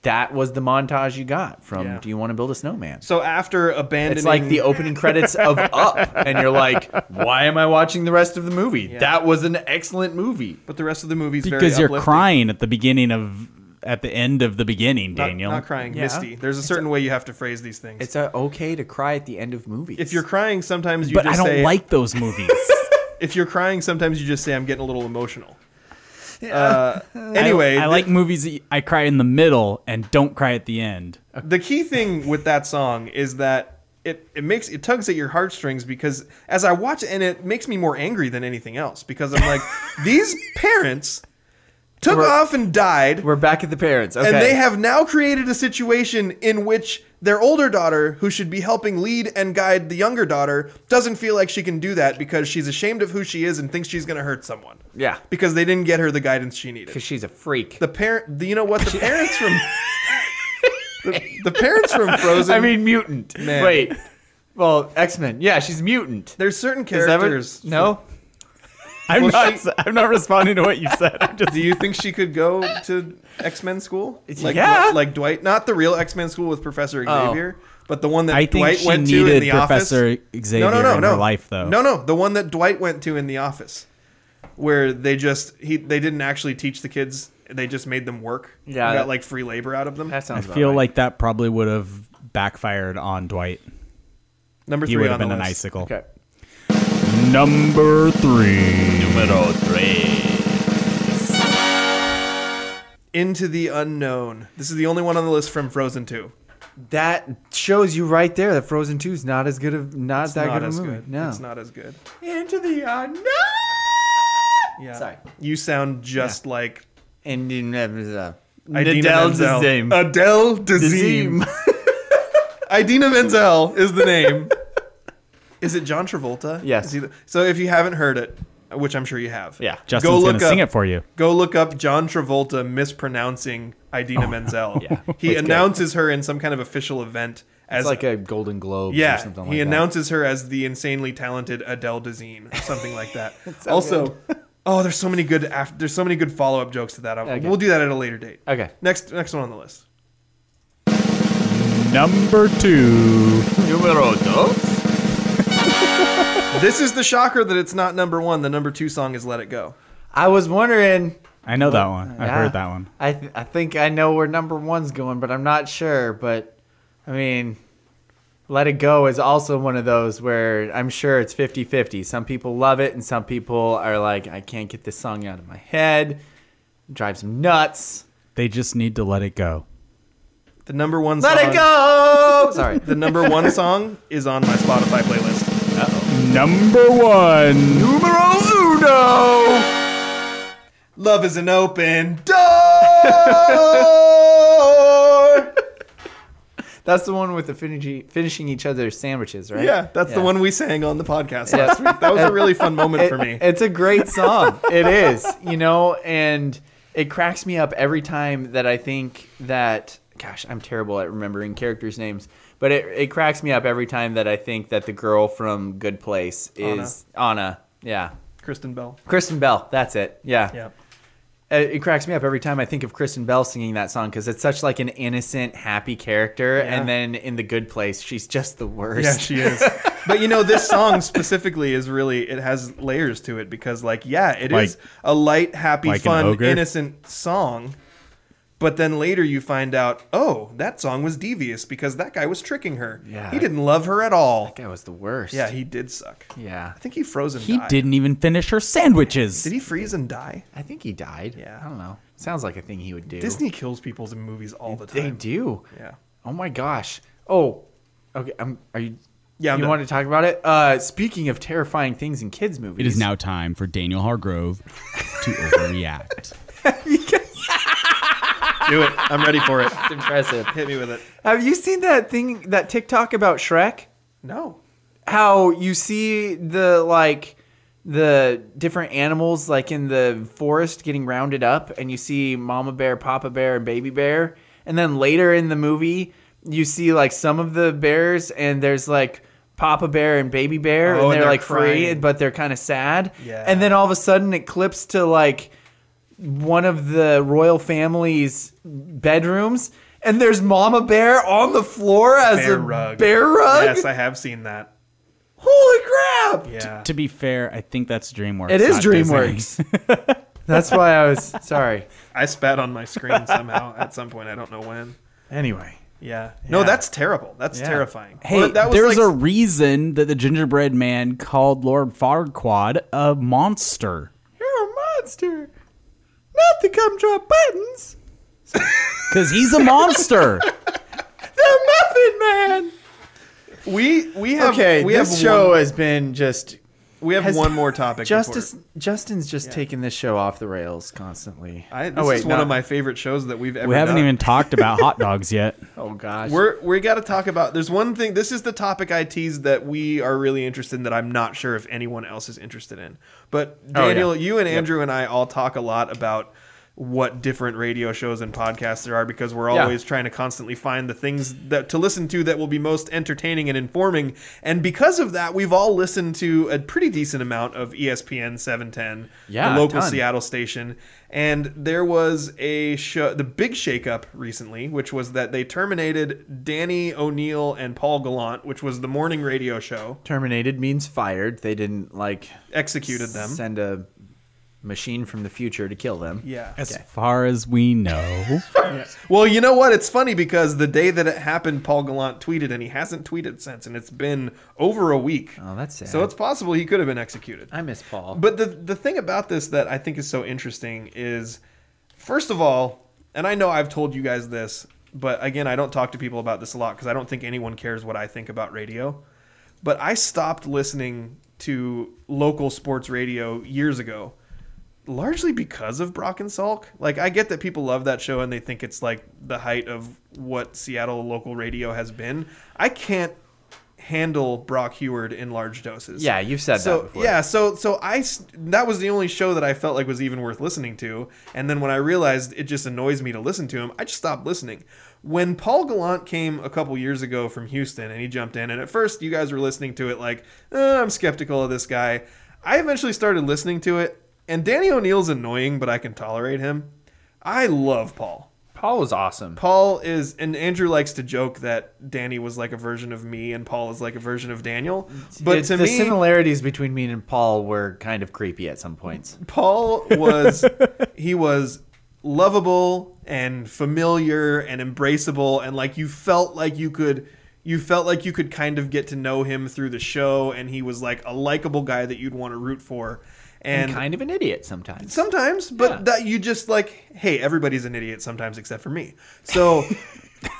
S2: that was the montage you got from
S3: Yeah.
S2: Do You Want to Build a Snowman?
S3: so after abandoning,
S2: It's like the opening credits of Up, and you're like, why am I watching the rest of the movie? That was an excellent movie.
S3: but the rest of the movie's
S4: Because
S3: very
S4: you're
S3: uplifting.
S4: crying at the beginning of at the end of the beginning,
S3: Not-
S4: Daniel.
S3: Not, crying,
S2: Yeah.
S3: misty. There's a certain way you have to phrase these things.
S2: It's uh okay to cry at the end of movies.
S3: if you're crying, sometimes you
S4: but
S3: just
S4: I don't
S3: say.
S4: like those movies.
S3: if you're crying, sometimes you just say, "I'm getting a little emotional."
S2: *laughs*
S3: Uh, *laughs* anyway,
S4: I, I like movies that I cry in the middle and don't cry at the end.
S3: the key thing with that song is that it, it makes it tugs at your heartstrings because as I watch it, and it makes me more angry than anything else because I'm
S2: *laughs*
S3: like these parents took off and died
S2: We're back at the parents. Okay.
S3: and they have now created a situation in which their older daughter who should be helping lead and guide the younger daughter doesn't feel like she can do that because she's ashamed of who she is and thinks she's going to hurt someone
S2: Yeah.
S3: because they didn't get her the guidance she needed
S2: because she's a freak.
S3: the parent you know what
S4: *laughs*
S3: the parents from the, the parents
S4: *laughs*
S3: from frozen
S2: I mean, mutant.
S3: Man.
S2: Wait. Well, X Men. Yeah, she's mutant.
S3: there's certain
S2: Is that what-
S3: characters
S2: no.
S4: I'm
S3: Well,
S4: not.
S3: she-
S4: I'm not responding to what you said.
S3: *laughs*
S4: I'm just
S3: do you think she could go to x-men school like
S2: Yeah.
S3: like dwight not the real x-men school with professor xavier but the one that
S4: Oh. I think
S3: dwight
S4: she
S3: went to in
S4: needed
S3: the
S4: Professor
S3: office
S4: Xavier
S3: no no no
S4: in
S3: no
S4: her life, though.
S3: no no the one that dwight went to in the office where they just he they didn't actually teach the kids they just made them work
S2: Yeah,
S3: got
S2: that-
S3: like free labor out of them
S2: That
S4: I
S2: sounds.
S4: feel like that probably would have backfired on Dwight.
S3: number
S4: He
S3: three
S4: would
S3: on
S4: have
S3: the
S4: been an
S3: list.
S4: icicle.
S2: Okay.
S4: Number three.
S5: Numero tres.
S3: into the unknown this is the only one on the list from frozen 2
S2: That shows you right there that Frozen Two is not as good of not that
S3: not
S2: good
S3: as
S2: a movie.
S3: good.
S2: No,
S3: It's not as good.
S2: Into the unknown.
S3: Yeah.
S2: Sorry.
S3: You sound just like
S2: And you never-
S3: Idina
S2: Nadal
S3: Menzel.
S2: Dazim.
S3: Adele Dazeem. *laughs* Idina Menzel is the
S2: *laughs*
S3: name. is it John Travolta?
S2: Yes.
S3: Is he the- so if you haven't heard it, which I'm sure you have.
S2: Yeah.
S4: Justin's
S3: look
S4: gonna sing
S3: up-
S4: it for you.
S3: Go look up John Travolta mispronouncing Idina Menzel.
S2: Oh. *laughs* Yeah.
S3: He announces her in some kind of official event as
S2: It's like a Golden Globe or
S3: yeah,
S2: something like
S3: he
S2: that.
S3: announces her as the insanely talented Adele Dazeem, or something like
S2: *laughs*
S3: that. also, *laughs* oh, there's so many good after, there's so many good follow up jokes to that. I'll-
S5: Okay.
S3: We'll do that at a later date.
S5: Okay.
S3: Next next one on the list.
S4: Number two.
S3: this is the shocker that it's not number one. The number two song is "Let It Go."
S2: I was wondering.
S4: I know that one. I've
S2: Yeah.
S4: heard that one.
S2: I th- I think I know where number one's going, but I'm not sure. But I mean, Let It Go is also one of those where I'm sure it's 50 50. Some people love it, and some people are like, I can't get this song out of my head. Drives them nuts.
S4: They just need to let it go.
S3: The number one.
S2: Let
S3: song,
S2: It
S4: Uh,
S2: Go! *laughs* Sorry.
S3: *laughs* The number one song is on my Spotify playlist.
S4: Number one.
S3: Love is an open
S2: *laughs*
S3: door.
S2: That's the one with the finishing, finishing each other's sandwiches, right?
S3: yeah, that's the
S2: Yeah.
S3: one we sang on the podcast
S2: Yeah.
S3: last week. That
S2: *laughs*
S3: was a really fun moment
S2: It-
S3: for me.
S2: It's
S3: *laughs*
S2: a great song. it is, you know, and it cracks me up every time that I think that. Gosh, I'm terrible at remembering characters' names, but it, it cracks me up every time that I think that the girl from Good Place is Anna. Yeah,
S3: Kristen Bell.
S2: Kristen Bell. That's it. Yeah. Uh,
S3: Yep.
S2: It, it cracks me up every time I think of Kristen Bell singing that song because it's such like an innocent, happy character,
S3: Yeah.
S2: and then in The Good Place, she's just the worst.
S3: Yeah, she
S2: *laughs*
S3: is. but you know, this song specifically is really it has layers to it because, like, yeah, it is
S4: Like-
S3: a light, happy,
S4: like an
S3: fun,
S4: ogre?
S3: innocent song. But then later you find out, oh, that song was devious because that guy was tricking her.
S2: Yeah.
S3: he didn't love her at all.
S2: That was the worst.
S3: Yeah, he did suck.
S2: yeah.
S3: I think he froze and
S4: He
S3: died.
S4: didn't even finish her sandwiches.
S3: Did he freeze and die?
S2: I think he died.
S3: Yeah.
S2: I don't know. Sounds like a thing he would do.
S3: Disney kills people in movies all the time.
S2: They do.
S3: Yeah.
S2: Oh my gosh. Oh. Okay. I'm. Are you?
S3: Yeah, I'm
S2: you
S3: done.
S2: want to talk about it? Uh, speaking of terrifying things in kids movies,
S4: It is now time for Daniel Hargrove to
S3: *laughs*
S4: overreact.
S3: Do it. I'm ready for it.
S5: It's impressive.
S3: Hit me with it.
S2: Have you seen that thing that TikTok about Shrek?
S3: No.
S2: how you see the like the different animals like in the forest getting rounded up and you see mama bear papa bear and baby bear and then later in the movie you see like some of the bears and there's like papa bear and baby bear
S3: Oh,
S2: and
S3: and
S2: they're,
S3: they're
S2: like free
S3: crying.
S2: but they're kind of sad
S3: Yeah.
S2: and then all of a sudden it clips to like one of the royal family's bedrooms and there's mama bear on the floor as
S3: Bear
S2: a
S3: rug.
S2: bear rug
S3: Yes, I have seen that.
S2: holy crap
S3: Yeah.
S4: to be fair, I think that's DreamWorks.
S2: It is
S4: not Disney.
S2: DreamWorks. *laughs* That's why I was sorry.
S3: I spat on my screen somehow at some point. I don't know when.
S2: Anyway,
S3: Yeah. No, that's terrible. That's terrifying.
S4: Hey,
S3: Well, that was
S4: there's
S3: like-
S4: a reason that the gingerbread man called Lord Farquaad a monster.
S2: you're a monster. Not the gumdrop buttons.
S4: Because he's a monster.
S2: The Muffin Man.
S3: we we have
S2: Okay,
S3: we
S2: this
S3: have
S2: show
S3: one,
S2: has been just
S3: we have
S2: has-
S3: one more topic.
S2: Justice.
S3: before-
S2: Justin's just taking this show off the rails constantly. Oh,
S3: I, this is
S2: wait,
S3: one
S2: no.
S3: of my favorite shows that we've ever.
S4: we haven't
S3: done.
S4: even talked about hot dogs yet.
S2: oh gosh.
S3: We're we got to talk about. There's one thing. This is the topic I teased that we are really interested in. That I'm not sure if anyone else is interested in. But Daniel, you and Andrew and I all talk a lot about what different radio shows and podcasts there are because we're
S2: Yeah.
S3: always trying to constantly find the things that to listen to that will be most entertaining and informing. And because of that, we've all listened to a pretty decent amount of E ESPN 710,
S2: Yeah,
S3: the
S2: a
S3: local
S2: ton.
S3: Seattle. Seattle station, and there was a show, the big shakeup recently, which was that they terminated Danny O'Neill and Paul Gallant, which was the morning radio show,
S2: terminated means fired. They didn't like
S3: executed them.
S2: Send a machine from the future to kill them.
S3: yeah.
S4: As far as we know,
S3: Well, you know what? It's funny because the day that it happened, Paul Gallant tweeted, and he hasn't tweeted since, and it's been over a week.
S2: Oh, that's sad.
S3: So it's possible he could have been executed.
S2: I miss Paul.
S3: But the the thing about this that I think is so interesting is, first of all, and I know I've told you guys this, but again, I don't talk to people about this a lot because I don't think anyone cares what I think about radio. But I stopped listening to local sports radio years ago, largely because of Brock and Salk. Like, I get that people love that show and they think it's like the height of what Seattle local radio has been. I can't handle Brock Heward in large doses.
S2: Yeah, you've said that
S3: so,
S2: before.
S3: Yeah, so so I s- that was the only show that I felt like was even worth listening to, and then when I realized it just annoys me to listen to him, I just stopped listening. When Paul Gallant came a couple years ago from Houston and he jumped in, and at first you guys were listening to it like "Eh, I'm skeptical of this guy. I eventually started listening to it, and Danny O'Neill's annoying, but I can tolerate him. I love Paul.
S2: Paul was awesome.
S3: Paul is, and Andrew likes to joke that Danny was like a version of me, and Paul is like a version of Daniel. But
S2: It's
S3: to
S2: the
S3: me,
S2: similarities between me and Paul were kind of creepy at some points.
S3: Paul was he was lovable and familiar and embraceable and like you felt like you could you felt like you could kind of get to know him through the show and he was like a likable guy that you'd want to root for and,
S2: And kind of an idiot sometimes.
S3: sometimes but that you just like hey everybody's an idiot sometimes except for me so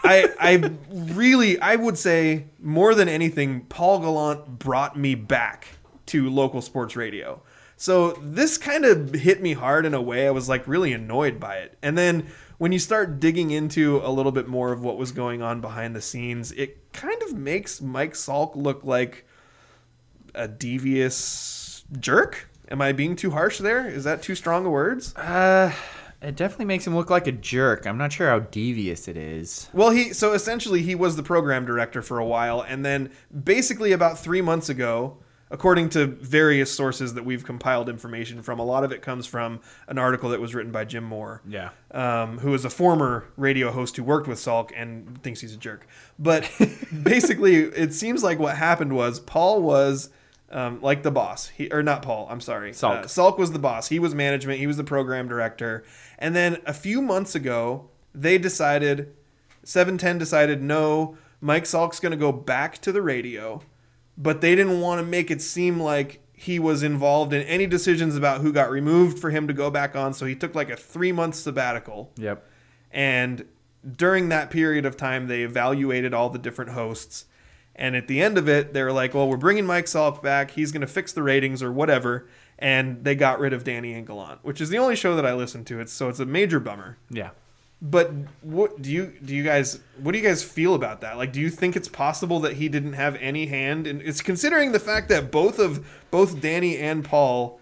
S3: I, I really I would say more than anything Paul Gallant brought me back to local sports radio. So this kind of hit me hard in a way I was like really annoyed by it. And then when you start digging into a little bit more of what was going on behind the scenes, it kind of makes Mike Salk look like a devious jerk. Am I being too harsh there? Is that too strong of words?
S2: Uh, it definitely makes him look like a jerk. I'm not sure how devious it is.
S3: Well, he so essentially he was the program director for a while, and then basically about three months ago, according to various sources that we've compiled information from, a lot of it comes from an article that was written by Jim Moore,
S2: Yeah.
S3: um, who is a former radio host who worked with Salk and thinks he's a jerk.
S2: *laughs*
S3: But basically, it seems like what happened was Paul was. Um, like the boss, he or not Paul. I'm sorry.
S2: Salk.
S3: Uh, Salk was the boss. He was management. He was the program director. And then a few months ago, they decided 710 decided no, Mike Salk's going to go back to the radio, but they didn't want to make it seem like he was involved in any decisions about who got removed for him to go back on. So he took like a three month sabbatical.
S2: Yep.
S3: And during that period of time, they evaluated all the different hosts. And at the end of it, they were like, well, we're bringing Mike Salk back. He's going to fix the ratings or whatever. And they got rid of Danny and Gallant, which is the only show that I listen to. It's, so it's a major bummer.
S2: Yeah.
S3: But what do you do you guys what do you guys feel about that? Like do you think it's possible that he didn't have any hand and it's considering the fact that both of both Danny and Paul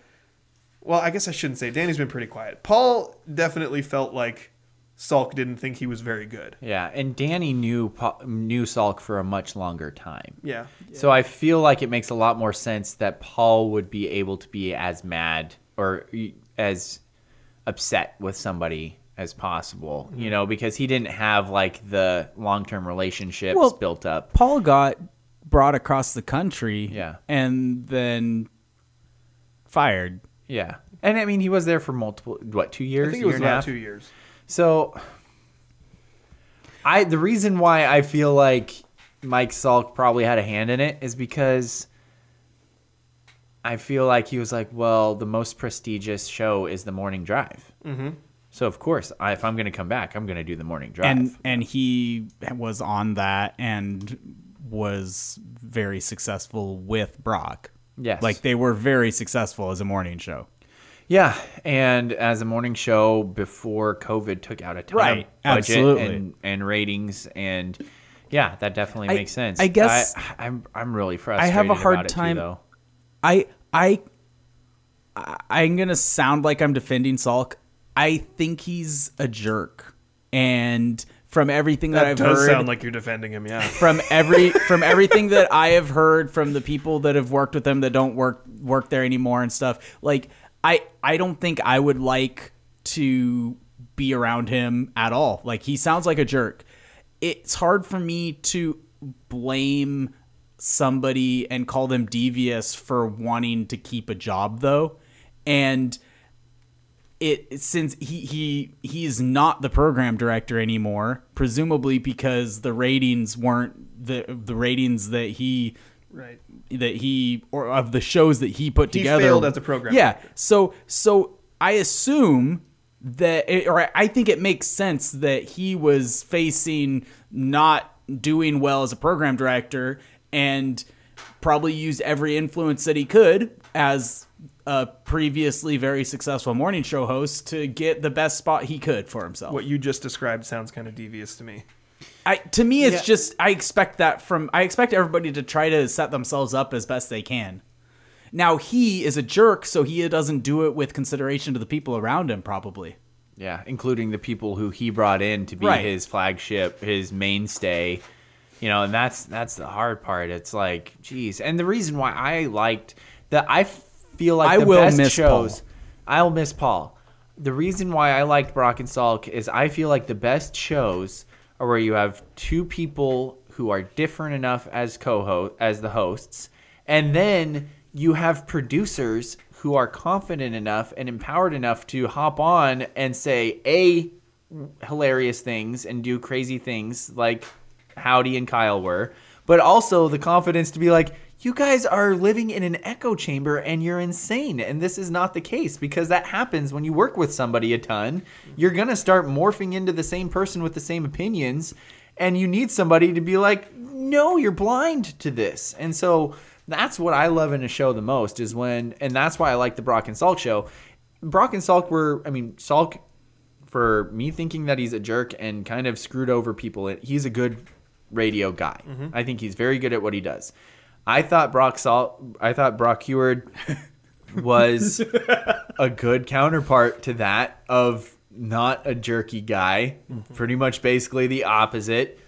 S3: well, I guess I shouldn't say Danny's been pretty quiet. Paul definitely felt like Salk didn't think he was very good.
S2: Yeah, and Danny knew Pa- knew Salk for a much longer time.
S3: Yeah.
S2: So I feel like it makes a lot more sense that Paul would be able to be as mad or e- as upset with somebody as possible, you know, because he didn't have like the long term relationships
S4: Well-
S2: built up.
S4: Paul got brought across the country,
S2: Yeah.
S4: and then fired.
S2: Yeah. And I mean, he was there for multiple, what, two years?
S3: I think it
S2: year
S3: was
S2: and a
S3: about
S2: half?
S3: 2 years.
S2: So I the reason why I feel like Mike Salk probably had a hand in it is because I feel like he was like, well, the most prestigious show is the morning drive. Mm-hmm. So of course, I, if I'm going to come back, I'm going to do the morning drive.
S4: and and he was on that and was very successful with Brock.
S2: Yes.
S4: like they were very successful as a morning show.
S2: yeah, and as a morning show before COVID took out a ton
S4: Right,
S2: of budget
S4: absolutely.
S2: and, and ratings and yeah, that definitely
S4: I-
S2: makes sense.
S4: I guess-
S2: I, am I'm really
S4: a
S2: frustrated.
S4: hard
S2: about it too,
S4: time-
S2: though.
S4: I I I- I'm gonna sound like I'm defending Salk. I think he's a jerk, and from everything that, I've
S3: does
S4: heard,
S3: sound like you're defending him, yeah.
S4: from every from everything that I have heard from the people that have worked with them that don't work work there anymore and stuff. Like I I don't think I would like to be around him at all. Like he sounds like a jerk. It's hard for me to blame somebody and call them devious for wanting to keep a job though. And it since he he he is not the program director anymore, presumably because the ratings weren't the the ratings that he
S3: right.
S4: that he or of the shows that he put
S3: He
S4: together.
S3: failed as a program
S4: Yeah.
S3: director.
S4: So so I assume that it, or I think it makes sense that he was facing not doing well as a program director and probably used every influence that he could as a previously very successful morning show host to get the best spot he could for himself.
S3: What you just described sounds kind of devious to me.
S4: I, to me, it's just I expect that from I expect everybody to try to set themselves up as best they can. Now he is a jerk, so he doesn't do it with consideration to the people around him. Probably,
S2: Yeah, including the people who he brought in to be
S4: Right.
S2: his flagship, his mainstay. You know, and that's that's the hard part. It's like, geez, and the reason why I liked that I feel like
S4: I
S2: the
S4: will
S2: best
S4: miss
S2: shows.
S4: Paul.
S2: I'll miss Paul. The reason why I liked Brock and Salk is I feel like the best shows are where you have two people who are different enough as co-host as the hosts, and then you have producers who are confident enough and empowered enough to hop on and say a hilarious things and do crazy things like Howdy and Kyle were, but also the confidence to be like, you guys are living in an echo chamber and you're insane. And this is not the case because that happens when you work with somebody a ton. You're going to start morphing into the same person with the same opinions. And you need somebody to be like, no, you're blind to this. And so that's what I love in a show the most is when, and that's why I like the Brock and Salk show. Brock and Salk were, I mean, Salk for me thinking that he's a jerk and kind of screwed over people. it- He's a good radio guy. I think he's very good at what he does. I thought Brock Salt, I thought Brock Heward
S3: *laughs*
S2: was a good counterpart to that of not a jerky guy.
S3: Mm-hmm.
S2: Pretty much, basically the opposite.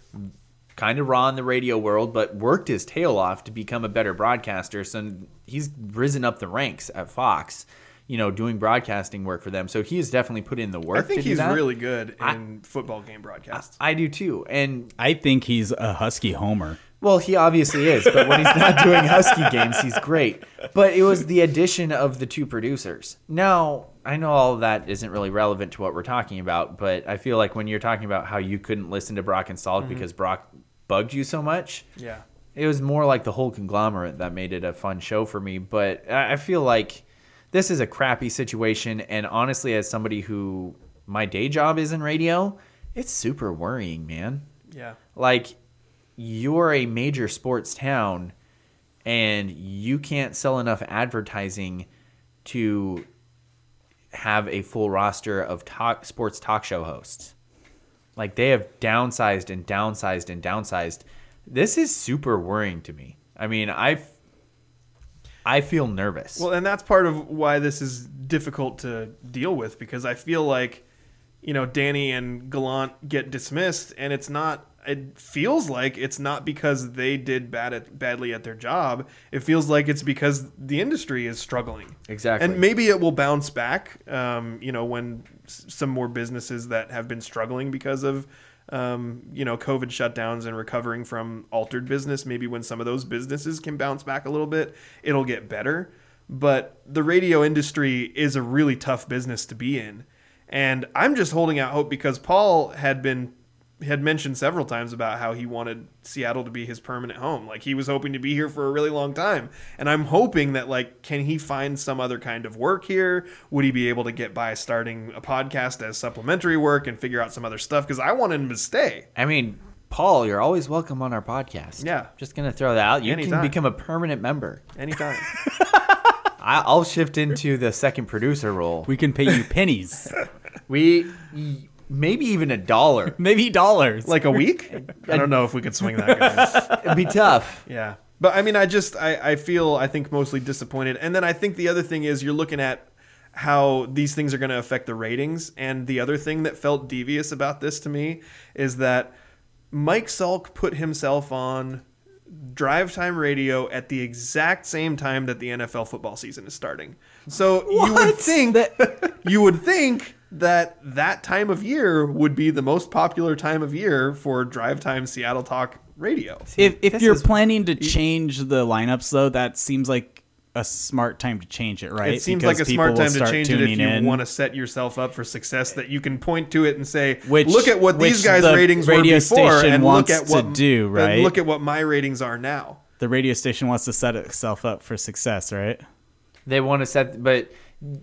S2: Kind of raw in the radio world, but worked his tail off to become a better broadcaster. So he's risen up the ranks at Fox. You know, doing broadcasting work for them, so he has definitely put in the work.
S3: I think
S2: to do
S3: he's
S2: that.
S3: really good in
S2: I-
S3: football game broadcasts.
S2: I do too. And
S4: I think he's a husky homer.
S2: well, he obviously is, but when he's not doing Husky games, he's great. But it was the addition of the two producers. Now, I know all of that isn't really relevant to what we're talking about, but I feel like when you're talking about how you couldn't listen to Brock and Salk because Brock bugged you so much,
S3: yeah.
S2: it was more like the whole conglomerate that made it a fun show for me. But I I feel like this is a crappy situation. And honestly, as somebody who my day job is in radio, it's super worrying, man
S3: Yeah.
S2: like you're a major sports town and you can't sell enough advertising to have a full roster of talk sports talk show hosts. Like they have downsized and downsized and downsized. This is super worrying to me. I mean, I I feel nervous.
S3: Well, and that's part of why this is difficult to deal with because I feel like, you know, Danny and Gallant get dismissed, and it's not. It feels like it's not because they did bad at, badly at their job. It feels like it's because the industry is struggling.
S2: Exactly.
S3: And maybe it will bounce back. Um, you know, when s- some more businesses that have been struggling because of. Um, you know, COVID shutdowns and recovering from altered business. Maybe when some of those businesses can bounce back a little bit, it'll get better but the radio industry is a really tough business to be in. And I'm just holding out hope because Paul had been had mentioned several times about how he wanted Seattle to be his permanent home. Like he was hoping to be here for a really long time. And I'm hoping that like can he find some other kind of work here? Would he be able to get by starting a podcast as supplementary work and figure out some other stuff cuz I want him to stay.
S2: I mean, Paul, you're always welcome on our podcast.
S3: Yeah.
S2: Just going to throw that out. You
S3: Anytime.
S2: can become a permanent member.
S3: Anytime.
S2: I, I'll shift into the second producer role.
S4: We can pay you
S3: *laughs*
S4: pennies,
S2: We y- maybe even a dollar.
S4: maybe dollars.
S3: like a week? I don't know if we could swing that guys.
S2: It'd be tough.
S3: Yeah. But I mean, I just, I, I feel, I think, mostly disappointed. And then I think the other thing is you're looking at how these things are going to affect the ratings. And the other thing that felt devious about this to me is that Mike Salk put himself on drive time radio at the exact same time that the NFL football season is starting. So you would think *laughs* you would think that that time of year would be the most popular time of year for drive time Seattle talk radio.
S4: if if
S2: This
S4: you're
S2: is-
S4: planning to change the lineups, though, that seems like a smart time to change it, right?
S3: It seems
S4: Because
S3: like a
S4: people
S3: smart
S4: will
S3: time to
S4: start
S3: change it if
S4: tuning
S3: you
S4: in.
S3: want to set yourself up for success that you can point to it and say,
S4: Which-
S3: "Look at what these
S4: which
S3: guys'
S4: the
S3: ratings
S4: radio
S3: were before,
S4: station
S3: and
S4: wants
S3: look at what
S4: to do,
S3: and
S4: right?
S3: look at what my ratings are now."
S4: The radio station wants to set itself up for success, right?
S2: They want to set, but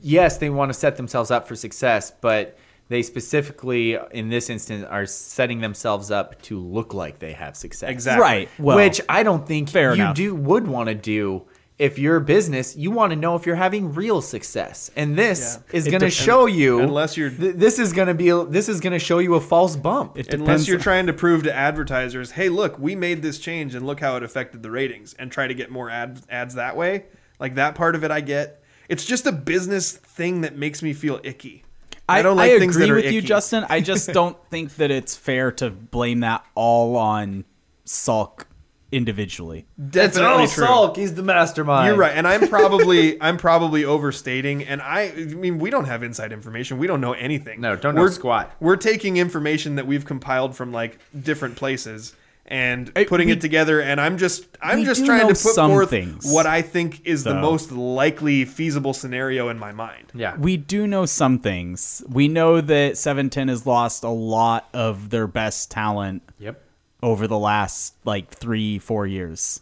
S2: yes, they want to set themselves up for success, but they specifically, in this instance, are setting themselves up to look like they have success.
S3: Exactly.
S4: Right, well,
S2: Which I don't think
S4: fair
S2: you
S4: enough.
S2: do would want to do. If you're a business, you want to know if you're having real success, and this is going to show you.
S3: Unless you're-
S2: th- this is going to be. This is going to show you a false bump.
S4: It
S3: Unless
S4: depends.
S3: you're trying to prove to advertisers, hey, look, we made this change and look how it affected the ratings, and try to get more ad- ads that way. Like that part of it, I get. It's just a business thing that makes me feel icky. I, don't like things
S4: agree
S3: that are
S4: with you,
S3: icky.
S4: Justin.
S3: *laughs*
S4: I just don't think that it's fair to blame that all on Sulk individually.
S3: Definitely true.
S2: He's the mastermind.
S3: You're right, and I'm
S2: *laughs*
S3: probably I'm probably overstating. And I, I mean, we don't have inside information. We don't know anything.
S2: No, don't know
S3: We're-
S2: squat.
S3: We're taking information that we've compiled from like different places and
S4: I-
S3: putting
S4: we-
S3: it together. And I'm just I'm
S4: we
S3: just
S4: do
S3: trying to
S4: know
S3: put
S4: some
S3: forth
S4: things,
S3: what I think is the
S4: though.
S3: most likely feasible scenario in my mind.
S2: Yeah.
S4: We do know some things. We know that 710 has lost a lot of their best talent
S2: Yep.
S4: over the last like three, four years.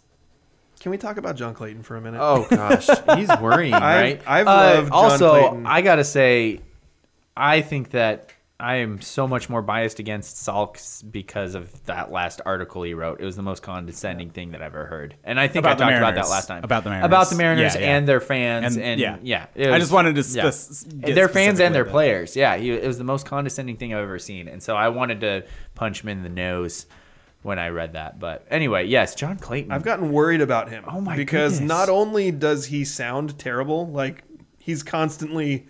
S3: Can we talk about John Clayton for a minute?
S2: Oh gosh, he's worrying, right? Uh,
S3: I've loved John
S2: also,
S3: Clayton.
S2: I gotta say, I think that I am so much more biased against Salks because of that last article he wrote. It was the most condescending thing that I've ever heard, and I think I
S4: About the
S2: talked about that
S4: Mariners.
S2: last time
S4: About the Mariners.
S2: about the Mariners
S4: Yeah, yeah.
S2: and their fans, and,
S4: And- yeah.
S2: yeah, it
S4: I just wanted to s-
S2: yeah.
S4: s- get
S2: their fans
S4: specific
S2: and their
S4: with it.
S2: players. Yeah, he, it was the most condescending thing I've ever seen, and so I wanted to punch him in the nose when I read that. But anyway, yes, John
S3: *laughs*
S2: Clayton.
S3: I've gotten worried about him.
S2: Oh my
S3: Because
S2: goodness.
S3: not only does he sound terrible, like he's constantly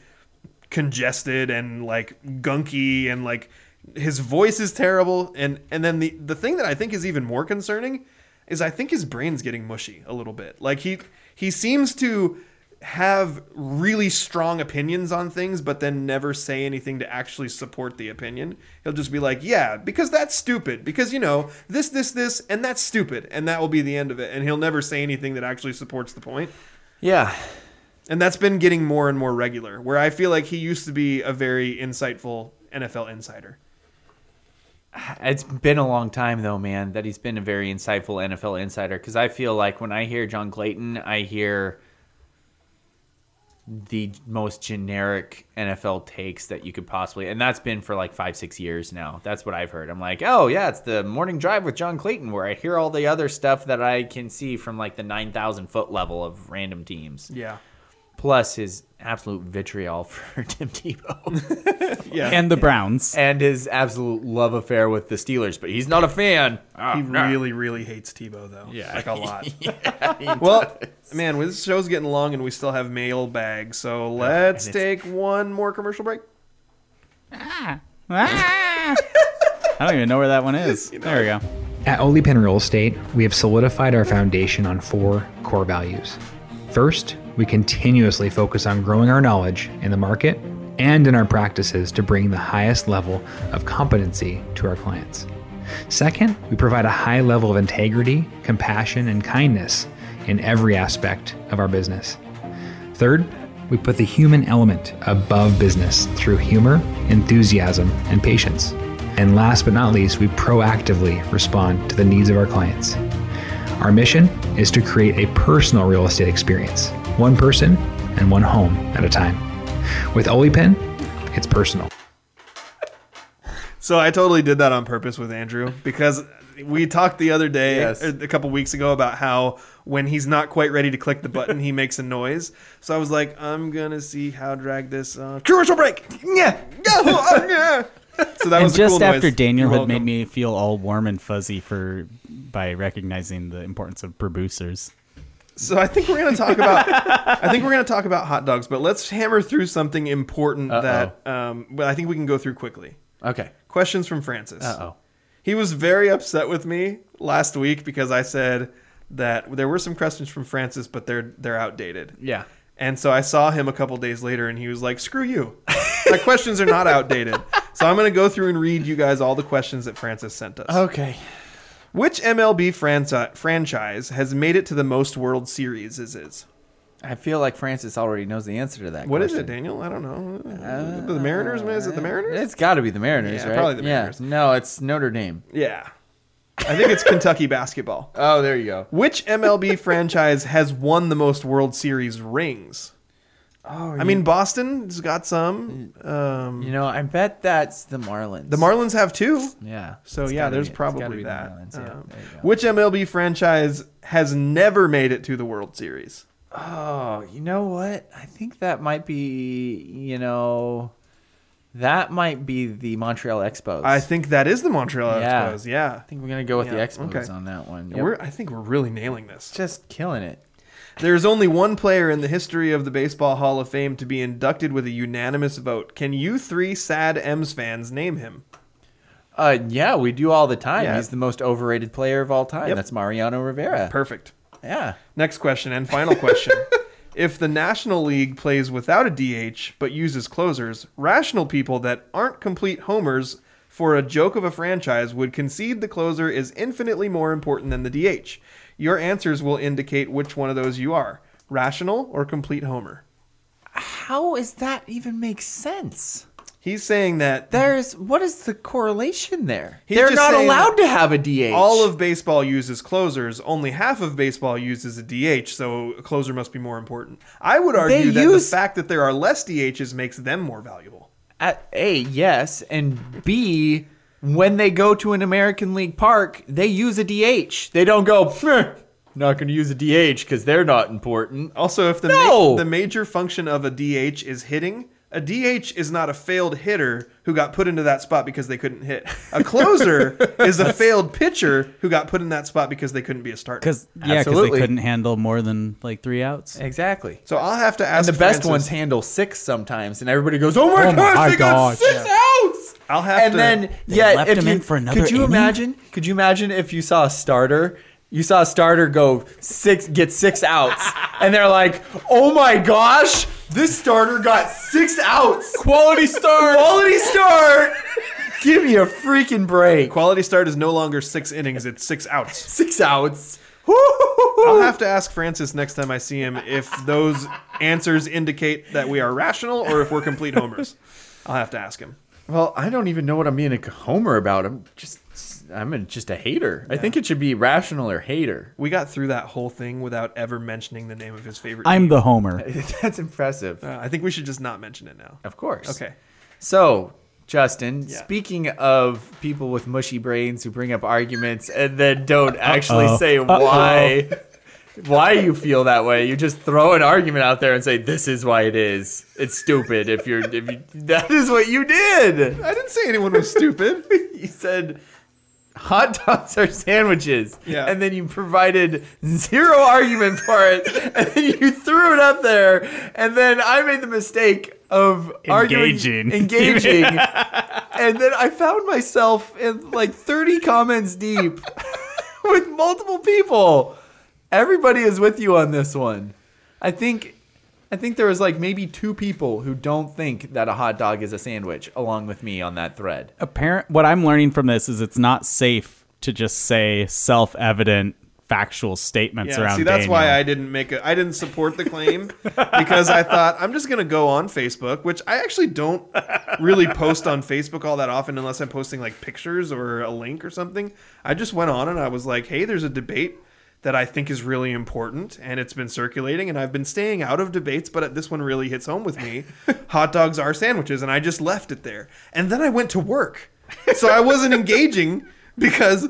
S3: congested and like gunky and like his voice is terrible and and then the the thing that I think is even more concerning is I think his brain's getting mushy a little bit. Like he he seems to have really strong opinions on things but then never say anything to actually support the opinion. He'll just be like, "Yeah, because that's stupid because you know, this this this and that's stupid." And that will be the end of it and he'll never say anything that actually supports the point.
S2: yeah,
S3: And that's been getting more and more regular, where I feel like he used to be a very insightful NFL insider.
S2: It's been a long time though, man, that he's been a very insightful NFL insider. Because I feel like when I hear John Clayton, I hear the most generic NFL takes that you could possibly, and that's been for like five, six years now. That's what I've heard. I'm like, oh yeah, it's the morning drive with John Clayton, where I hear all the other stuff that I can see from like the nine thousand foot level of random teams.
S3: Yeah.
S2: Plus his absolute vitriol *laughs* for Tim Tebow
S4: And the Browns.
S2: and his absolute love affair with the Steelers, but he's not a fan.
S3: He really, really hates Tebow, though. Yeah. Like a lot.
S2: well,
S3: Man, *laughs* well, this show's getting long and we still have mailbag, so let's
S2: and
S3: take one more commercial break.
S4: I don't even know where
S3: *laughs*
S4: that one is. There we go.
S6: At Ole Penn Real Estate, we have solidified our foundation on four core values. First, we continuously focus on growing our knowledge in the market and in our practices to bring the highest level of competency to our clients. Second, we provide a high level of integrity, compassion, and kindness in every aspect of our business. Third, we put the human element above business through humor, enthusiasm, and patience. And last but not least, we proactively respond to the needs of our clients. Our mission is to create a personal real estate experience, one person and one home at a time. With OliPen, it's personal.
S3: So I totally did that on purpose with Andrew because we talked the other day, er,
S2: Yes.
S3: a couple weeks ago, about how when he's not quite ready to click the button, he *laughs* makes a noise. So I was like, I'm going to see how drag this on. Commercial break! Yeah! *laughs* Yeah! Oh, yeah! So that
S4: And
S3: was a
S4: just
S3: cool noise.
S4: after Daniel
S3: You're
S4: had made
S3: welcome.
S4: me feel all warm and fuzzy for by recognizing the importance of producers.
S3: So I think we're gonna talk about I think we're gonna talk about hot dogs, but let's hammer through something important that um, but I think we can go through quickly.
S2: okay.
S3: Questions from Francis.
S2: Uh-oh.
S3: He was very upset with me last week because I said that there were some questions from Francis, but they're they're outdated.
S2: Yeah.
S3: And so I saw him a couple days later, and he was like, "Screw you, my questions are not outdated." So I'm gonna go through and read you guys all the questions that Francis sent us.
S2: Okay.
S3: Which MLB franchi- franchise has made it to the most World Series? Is is
S2: I feel like Francis already knows the answer to that.
S3: What is
S2: question. Uh,
S3: it, Daniel? I don't know. the Mariners, man? Is it the Mariners?
S2: It's got to be the Mariners,
S3: Yeah,
S2: right?
S3: probably the Mariners.
S2: Yeah. No, it's Notre Dame.
S3: Yeah. I think it's Kentucky basketball.
S2: Oh, there you go. *laughs*
S3: Which MLB franchise has won the most World Series rings? I
S2: Mm.
S3: mean, Boston's got some. Um,
S2: Oh, You know, I bet that's the Marlins.
S3: the Marlins have two.
S2: Yeah.
S3: So
S2: It's
S3: yeah,
S2: gotta
S3: there's
S2: be- it's gotta
S3: probably
S2: be the
S3: that.
S2: Marlins, yeah,
S3: Um,
S2: there you go.
S3: which MLB franchise has never made it to the World Series?
S2: Oh, you know what? I think that might be, you know, that might be the Montreal Expos.
S3: I think that is the Montreal
S2: Yeah.
S3: Expos. Yeah,
S2: I think we're gonna go with the
S3: Yeah,
S2: Expos
S3: okay.
S2: on that one.
S3: we're. I think we're really nailing this.
S2: just killing it.
S3: There's only one player in the history of the Baseball Hall of Fame to be inducted with a unanimous vote. Can you three sad M's fans name him?
S2: Uh, yeah, we do all the time.
S3: Yeah.
S2: He's the most overrated player of all time.
S3: Yep.
S2: That's Mariano Rivera.
S3: Perfect.
S2: yeah.
S3: Next question and final question. if the National League plays without a DH but uses closers, rational people that aren't complete homers for a joke of a franchise would concede the closer is infinitely more important than the DH. Your answers will indicate which one of those you are rational or complete homer.
S2: How is that even make sense?
S3: He's saying that
S2: There's what is the correlation there?
S3: He's
S2: They're
S3: just
S2: not
S3: saying
S2: allowed to have a DH.
S3: all of baseball uses closers, only half of baseball uses a DH, so a closer must be more important. I would argue that
S2: use-
S3: the fact that there are less DHs makes them more valuable.
S2: at a yes and b when they go to an american league park they use a dh they don't go "Meh, not going to use a dh because they're not important
S3: Also, if the
S2: No!
S3: ma- the major function of a DH is hitting, a DH is not a failed hitter who got put into that spot because they couldn't hit. A
S2: *laughs*
S3: closer is a failed pitcher who got put in that spot because they couldn't be a starter.
S4: Because yeah, because they
S2: Absolutely.
S4: couldn't handle more than like three outs.
S2: exactly
S3: So I'll have to
S2: and
S3: ask
S2: the best
S3: Francis-
S2: ones handle six sometimes and everybody goes oh my,
S4: Oh
S2: gosh
S4: my
S2: they got
S4: God.
S2: six outs
S3: I'll have
S2: and
S3: to-
S2: then
S4: They
S2: yeah
S4: left
S2: if
S4: him
S2: you,
S4: in for another
S2: could you
S4: inning?
S2: imagine could you imagine if you saw a starter you saw a starter go six get six
S3: *laughs*
S2: outs and they're like oh my gosh this starter got six outs quality start
S3: *laughs*
S2: quality start give me a freaking break
S3: quality start is no longer six innings; it's six outs.
S2: six outs
S3: I'll have to ask Francis next time I see him if those answers indicate that we are rational or if we're complete
S2: *laughs*
S3: homers. I'll have to ask him.
S2: well i don't even know what i'm being a homer about i'm just i'm a, just a hater i think it should be rational or
S3: *laughs*
S2: hater
S3: We got through that whole thing without ever mentioning the name of his favorite.
S4: I'm the homer.
S2: that's impressive
S3: Uh, I think we should just not mention it now.
S2: of course
S3: Okay.
S2: So, Justin,
S3: Yeah.
S2: speaking of people with mushy brains who bring up arguments and then don't actually
S4: Uh-oh.
S2: say
S4: Uh-oh.
S2: why why you feel that way, you just throw an argument out there and say this is why it is. It's stupid if you're if you, *laughs* that is what you did.
S3: I didn't say anyone was *laughs* stupid.
S2: *laughs* You said hot dogs are sandwiches.
S3: Yeah.
S2: And then you provided zero argument for it *laughs* and then you threw it up there and then I made the mistake of
S4: Engaging.
S2: arguing, engaging and then I found myself in like 30 comments deep *laughs* with multiple people. Everybody is with you on this one. I think I think there was like maybe two people who don't think that a hot dog is a sandwich along with me on that thread.
S4: Apparent. What I'm learning from this is it's not safe to just say self-evident factual statements
S3: Yeah,
S4: around.
S3: see, that's why
S4: Daniel.
S3: I didn't make a. I didn't support the claim because I thought I'm just gonna go on Facebook, which I actually don't really post on Facebook all that often unless I'm posting like pictures or a link or something. I just went on and I was like, hey, there's a debate that I think is really important and it's been circulating and I've been staying out of debates, but this one really hits home with
S4: *laughs*
S3: me. Hot dogs are sandwiches, and I just left it there. And then I went to work, so I wasn't engaging. Because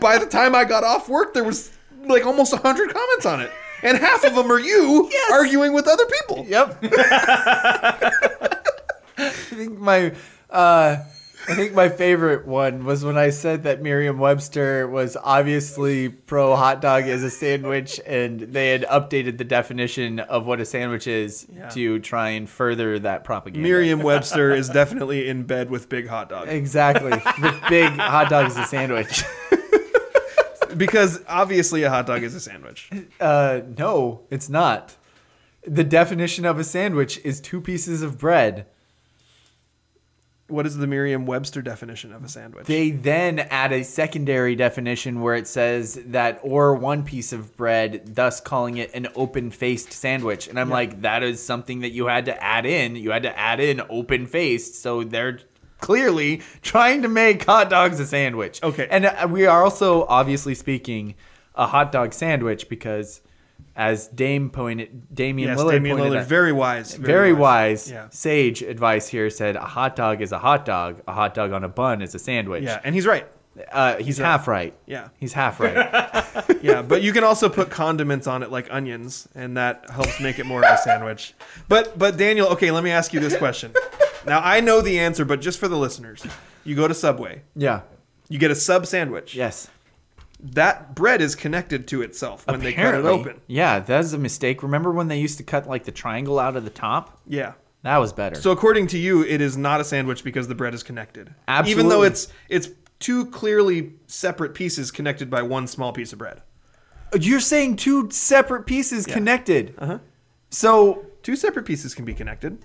S3: by the time I got off work, there was like almost 100 comments on it. And half of them are
S2: *laughs*
S3: you arguing with other people.
S2: Yep. I think my uh, I think my favorite one was when I said that Merriam-Webster was obviously pro hot dog as a sandwich, and they had updated the definition of what a sandwich is to try and further that propaganda.
S3: Merriam Webster is definitely in bed with Big Hot Dog.
S2: Exactly. With big hot dog as a sandwich.
S3: Because obviously a hot dog is a sandwich.
S2: Uh, no, it's not. The definition of a sandwich is two pieces of bread.
S3: What is the Merriam Webster definition of a sandwich?
S2: They then add a secondary definition where it says that or one piece of bread, thus calling it an open faced sandwich. And I'm like, that is something that you had to add in. You had to add in open faced. So they're clearly trying to make hot dogs a sandwich.
S3: Okay.
S2: And uh, we are also obviously speaking a hot dog sandwich because as Dame pointed, Damian
S3: Yes,
S2: Lillard
S3: Damian
S2: pointed
S3: Lillard,
S2: out-
S3: very wise.
S2: very wise,
S3: Yeah.
S2: sage advice here said a hot dog is a hot dog. A hot dog on a bun is a sandwich.
S3: Yeah, and he's right.
S2: Uh, he's half right.
S3: Yeah.
S2: He's half *laughs* right.
S3: Yeah, but you can also put condiments on it like onions, and that helps make it more of a sandwich. But but Daniel, okay, let me ask you this question. Now I know the answer, but just for the listeners, you go to Subway,
S2: yeah.
S3: you get a sub sandwich.
S2: Yes.
S3: That bread is connected to itself when they cut it open.
S5: Yeah, that's a mistake. Remember when they used to cut like the triangle out of the top?
S3: Yeah.
S5: That was better.
S3: So according to you, it is not a sandwich because the bread is connected. Even
S5: Absolutely.
S3: though it's it's two clearly separate pieces connected by one small piece of bread.
S2: You're saying two separate pieces connected. Uh huh. So
S3: Two separate pieces can be connected.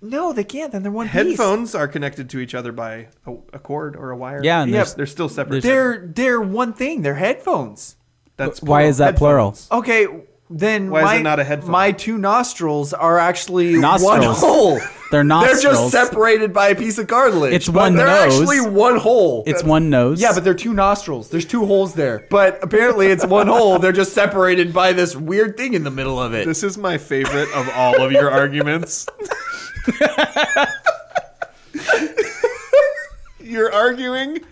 S2: no, they can't. Then they're one piece.
S3: Headphones are connected to each other by a, a cord or a wire.
S4: Yeah, and
S3: yep.
S4: there's-
S3: they're still separate.
S2: They're they're one thing. They're headphones.
S3: That's
S4: Why is that plural?
S3: Headphones.
S2: Okay, then
S3: Why is
S2: my,
S3: it not a headphone?
S2: My two nostrils are actually one
S4: Nostrils.
S2: hole.
S4: They're
S2: They're
S4: nostrils.
S2: just separated by a piece of cartilage.
S4: It's
S2: but
S4: one
S2: They're
S4: nose.
S2: actually one hole.
S4: It's one nose.
S2: yeah, but they're two nostrils. There's two holes there. But apparently it's one hole. They're just separated by this weird thing in the middle of it.
S3: This is my favorite of all of your arguments. You're arguing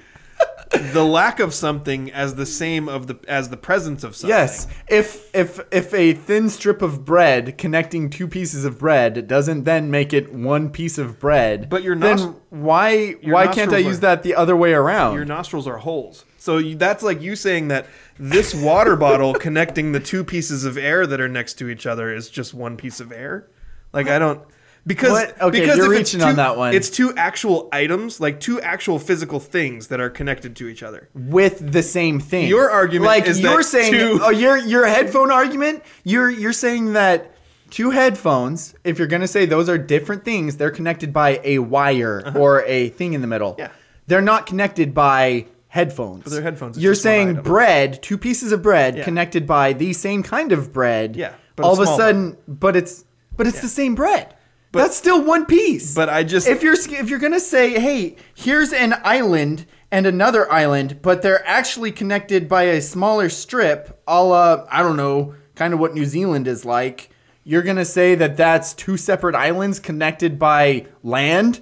S3: the lack of something as the same of the as the presence of something.
S2: Yes, if if if a thin strip of bread connecting two pieces of bread doesn't then make it one piece of bread,
S3: But your
S2: then
S3: nost-
S2: why why can't I
S3: nostrils
S2: use
S3: are-
S2: that the other way around?
S3: Your nostrils are holes. So you, that's like you saying that this water bottle connecting the two pieces of air that are next to each other is just one piece of air. Like I don't because
S2: What? Okay,
S3: because
S2: you're
S3: if it's
S2: reaching on
S3: two-
S2: that one.
S3: It's two actual items, like two actual physical things that are connected to each other.
S2: with the same thing.
S3: Your argument
S2: like
S3: is
S2: you're
S3: that
S2: saying,
S3: two-
S2: oh, your your headphone argument. You're you're saying that two headphones. If you're gonna say those are different things, they're connected by a wire or a thing in the middle.
S3: Uh-huh. Yeah.
S2: they're not connected by headphones.
S3: they're headphones, it's
S2: You're
S3: just one
S2: saying
S3: item.
S2: bread, two pieces of bread
S3: Yeah.
S2: connected by the same kind of bread.
S3: Yeah, but a
S2: all of a
S3: small
S2: sudden, but it's but it's the same bread. That's still one piece.
S3: But I just
S2: If you're if you're gonna say, hey, here's an island and another island, but they're actually connected by a smaller strip, a la I don't know, kind of what New Zealand is like. You're gonna say that that's two separate islands connected by land.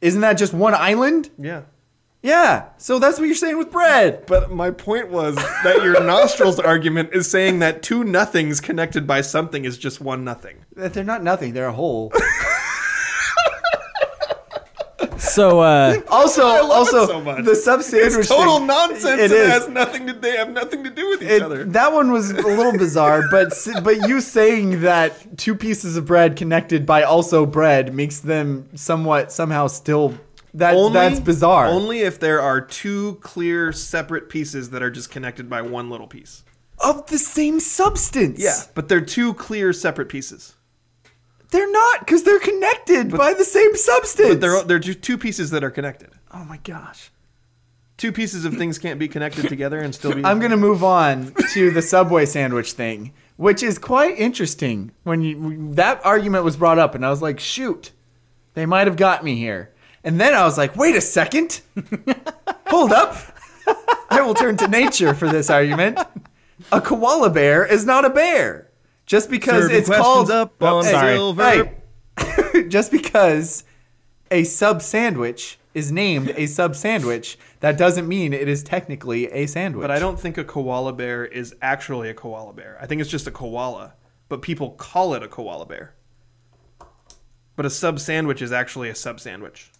S2: Isn't that just one island?
S3: yeah.
S2: Yeah. So that's what you're saying with bread.
S3: But my point was that your *laughs* nostrils argument is saying that two nothings connected by something is just one nothing.
S2: That they're not nothing. They're a whole.
S4: so
S3: *laughs*
S4: uh,
S2: *laughs* Also, also
S3: so much.
S2: the sub sandwich.
S3: It's total
S2: thing-
S3: nonsense. It,
S2: It is.
S3: has nothing to. They have nothing to do with each
S2: It-
S3: other.
S2: that one was a little bizarre, but s- but you saying that two pieces of bread connected by also bread makes them somewhat somehow still that that's bizarre.
S3: Only if there are two clear separate pieces that are just connected by one little piece.
S2: of the same substance.
S3: But they're two clear separate pieces.
S2: they're not because they're connected by the same substance.
S3: But they're they're ju- two pieces that are connected.
S2: oh my gosh.
S3: Two pieces of things can't be *laughs* connected together and still be
S2: I'm gonna move on to the subway sandwich thing, which is quite interesting. When you that argument was brought up, and I was like, shoot, they might have got me here. And then I was like, wait a second, *laughs* hold up. I will turn to nature for this argument. A koala bear is not a bear. Just because
S7: Serving
S2: it's
S7: questions
S2: called
S7: up on
S2: Hey,
S7: silver.
S2: hey. *laughs* just because a sub sandwich is named a sub sandwich, that doesn't mean it is technically a sandwich.
S3: But I don't think a koala bear is actually a koala bear. I think it's just a koala, but people call it a koala bear. But a sub sandwich is actually a sub sandwich.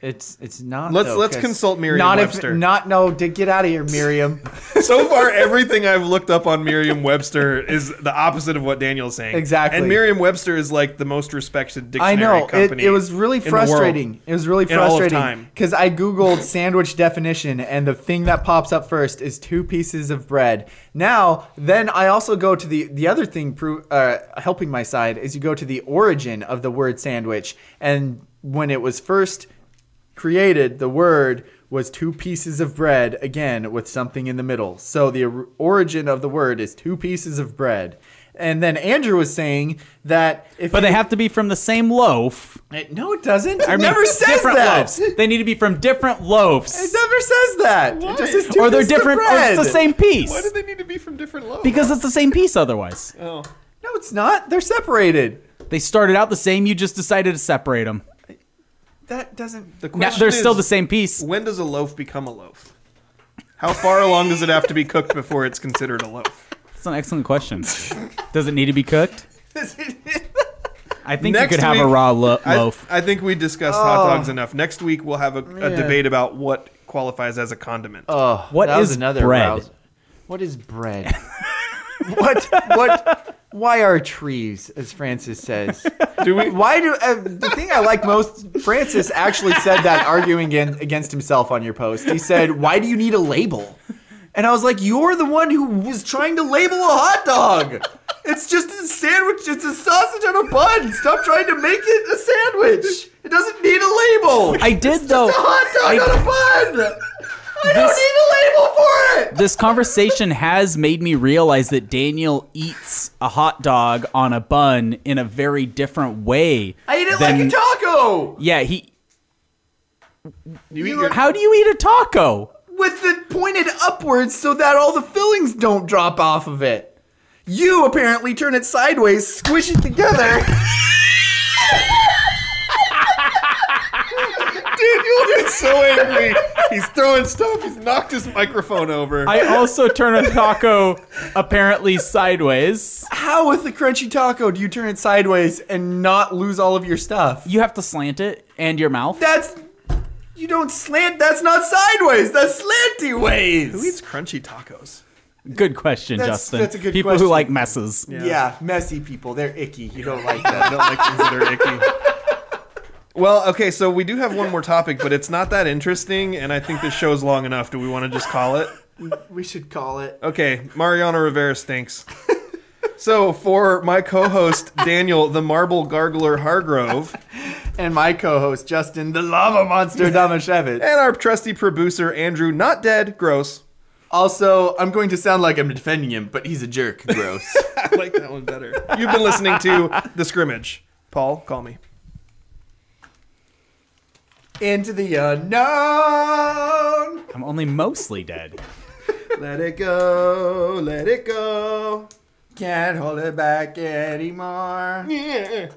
S5: it's it's not.
S3: Let's
S5: though,
S3: let's
S5: 'cause
S3: consult
S2: Not if,
S3: Merriam-Webster.
S2: not no. Did get out of here,
S3: *laughs*
S2: Miriam.
S3: *laughs* so far, everything I've looked up on Merriam-Webster is the opposite of what Daniel's saying.
S2: Exactly.
S3: And Merriam-Webster is like the most respected
S2: I
S3: dictionary
S2: know it,
S3: company.
S2: it was really
S3: in the world.
S2: frustrating. It was really
S3: In all of
S2: frustrating
S3: time.
S2: because I googled sandwich definition, and the thing that pops up first is two pieces of bread. Now, then I also go to the the other thing pro- uh, helping my side is you go to the origin of the word sandwich, and when it was first created, the word was two pieces of bread again with something in the middle. So the or- origin of the word is two pieces of bread. And then Andrew was saying that if
S4: but
S2: you-
S4: they have to be from the same loaf.
S2: it- no, it doesn't. It
S4: I mean,
S2: never says
S4: different
S2: that.
S4: loaves. They need to be from different
S2: It
S4: loaves,
S2: never says that. It just says two
S4: or they're
S2: pieces of
S4: different. Or
S2: bread.
S4: it's the same piece.
S3: Why do they need to be be from different lows?
S4: Because it's the same piece otherwise.
S3: oh.
S8: No, it's not. They're separated.
S4: They started out the same, you just decided to separate them.
S8: That doesn't.
S3: The
S4: Now,
S3: question
S4: they're
S3: is,
S4: still the same piece.
S3: When does a loaf become a loaf? How far along does it have to be cooked before it's considered a
S2: *laughs*
S3: loaf?
S4: That's an excellent
S3: *laughs*
S4: question. Does it need to be cooked? I think
S3: Next
S4: you could have a
S3: week-
S4: raw lo-
S3: I,
S4: loaf.
S3: I think we discussed hot dogs enough. Next week we'll have a, a debate about what qualifies as a condiment.
S2: Uh,
S5: Oh,
S4: What
S5: that was
S4: is
S5: another
S4: bread?
S5: rouse- What is bread?
S2: What? What?
S5: Why are trees, as Francis says?
S3: Do we?
S2: Why do uh, the thing I like most? Francis actually said that, arguing against, against himself on your post. He said, "Why do you need a label?" And I was like, "You're the one who was trying to label a hot dog. It's just a sandwich. It's a sausage on a bun. Stop trying to make it a sandwich. It doesn't need a label.
S4: *laughs* I did though.
S2: hot
S4: I-
S2: dog on a bun. I
S4: This-
S2: don't need a label for it.
S4: *laughs* This conversation has made me realize that Daniel eats a hot dog on a bun in a very different way.
S2: I eat it
S4: than-
S2: like a taco
S4: Yeah, he.
S3: you eat your-
S4: How do you eat a taco?
S2: with the pointed upwards so that all the fillings don't drop off of it. You apparently turn it sideways, squish it together. *laughs*
S3: He's so angry. He's throwing stuff. He's knocked his microphone over.
S4: I also turn a taco apparently sideways.
S2: How with the crunchy taco do you turn it sideways and not lose all of your stuff?
S4: You have to slant it and your mouth.
S2: That's you don't slant. That's not sideways. That's slanty
S3: Who
S2: ways.
S3: eats crunchy tacos?
S4: Good question,
S2: That's-
S4: Justin.
S2: that's a good
S4: People
S2: question.
S4: who like messes.
S2: Yeah. messy people. They're icky. You don't like
S3: I
S2: that.
S3: don't like things that are icky. *laughs* Well, okay, so we do have one more topic, but it's not that interesting, and I think this show's long enough. Do we want to just call it?
S2: we should call it.
S3: Okay, Mariano Rivera stinks. *laughs* So, for my co host, Daniel, the marble gargler Hargrove,
S2: And my co-host Justin, the lava monster Damashevich. *laughs*
S3: and our trusty producer, Andrew, not dead, gross.
S2: Also, I'm going to sound like I'm defending him, but he's a jerk. Gross.
S3: I like that one better. You've been
S2: *laughs*
S3: listening to *laughs* The Scrimmage. Paul, call me.
S2: Into the uh, unknown.
S4: I'm only mostly dead.
S2: Let it go. Let it go. Can't hold it back anymore.
S3: Yeah.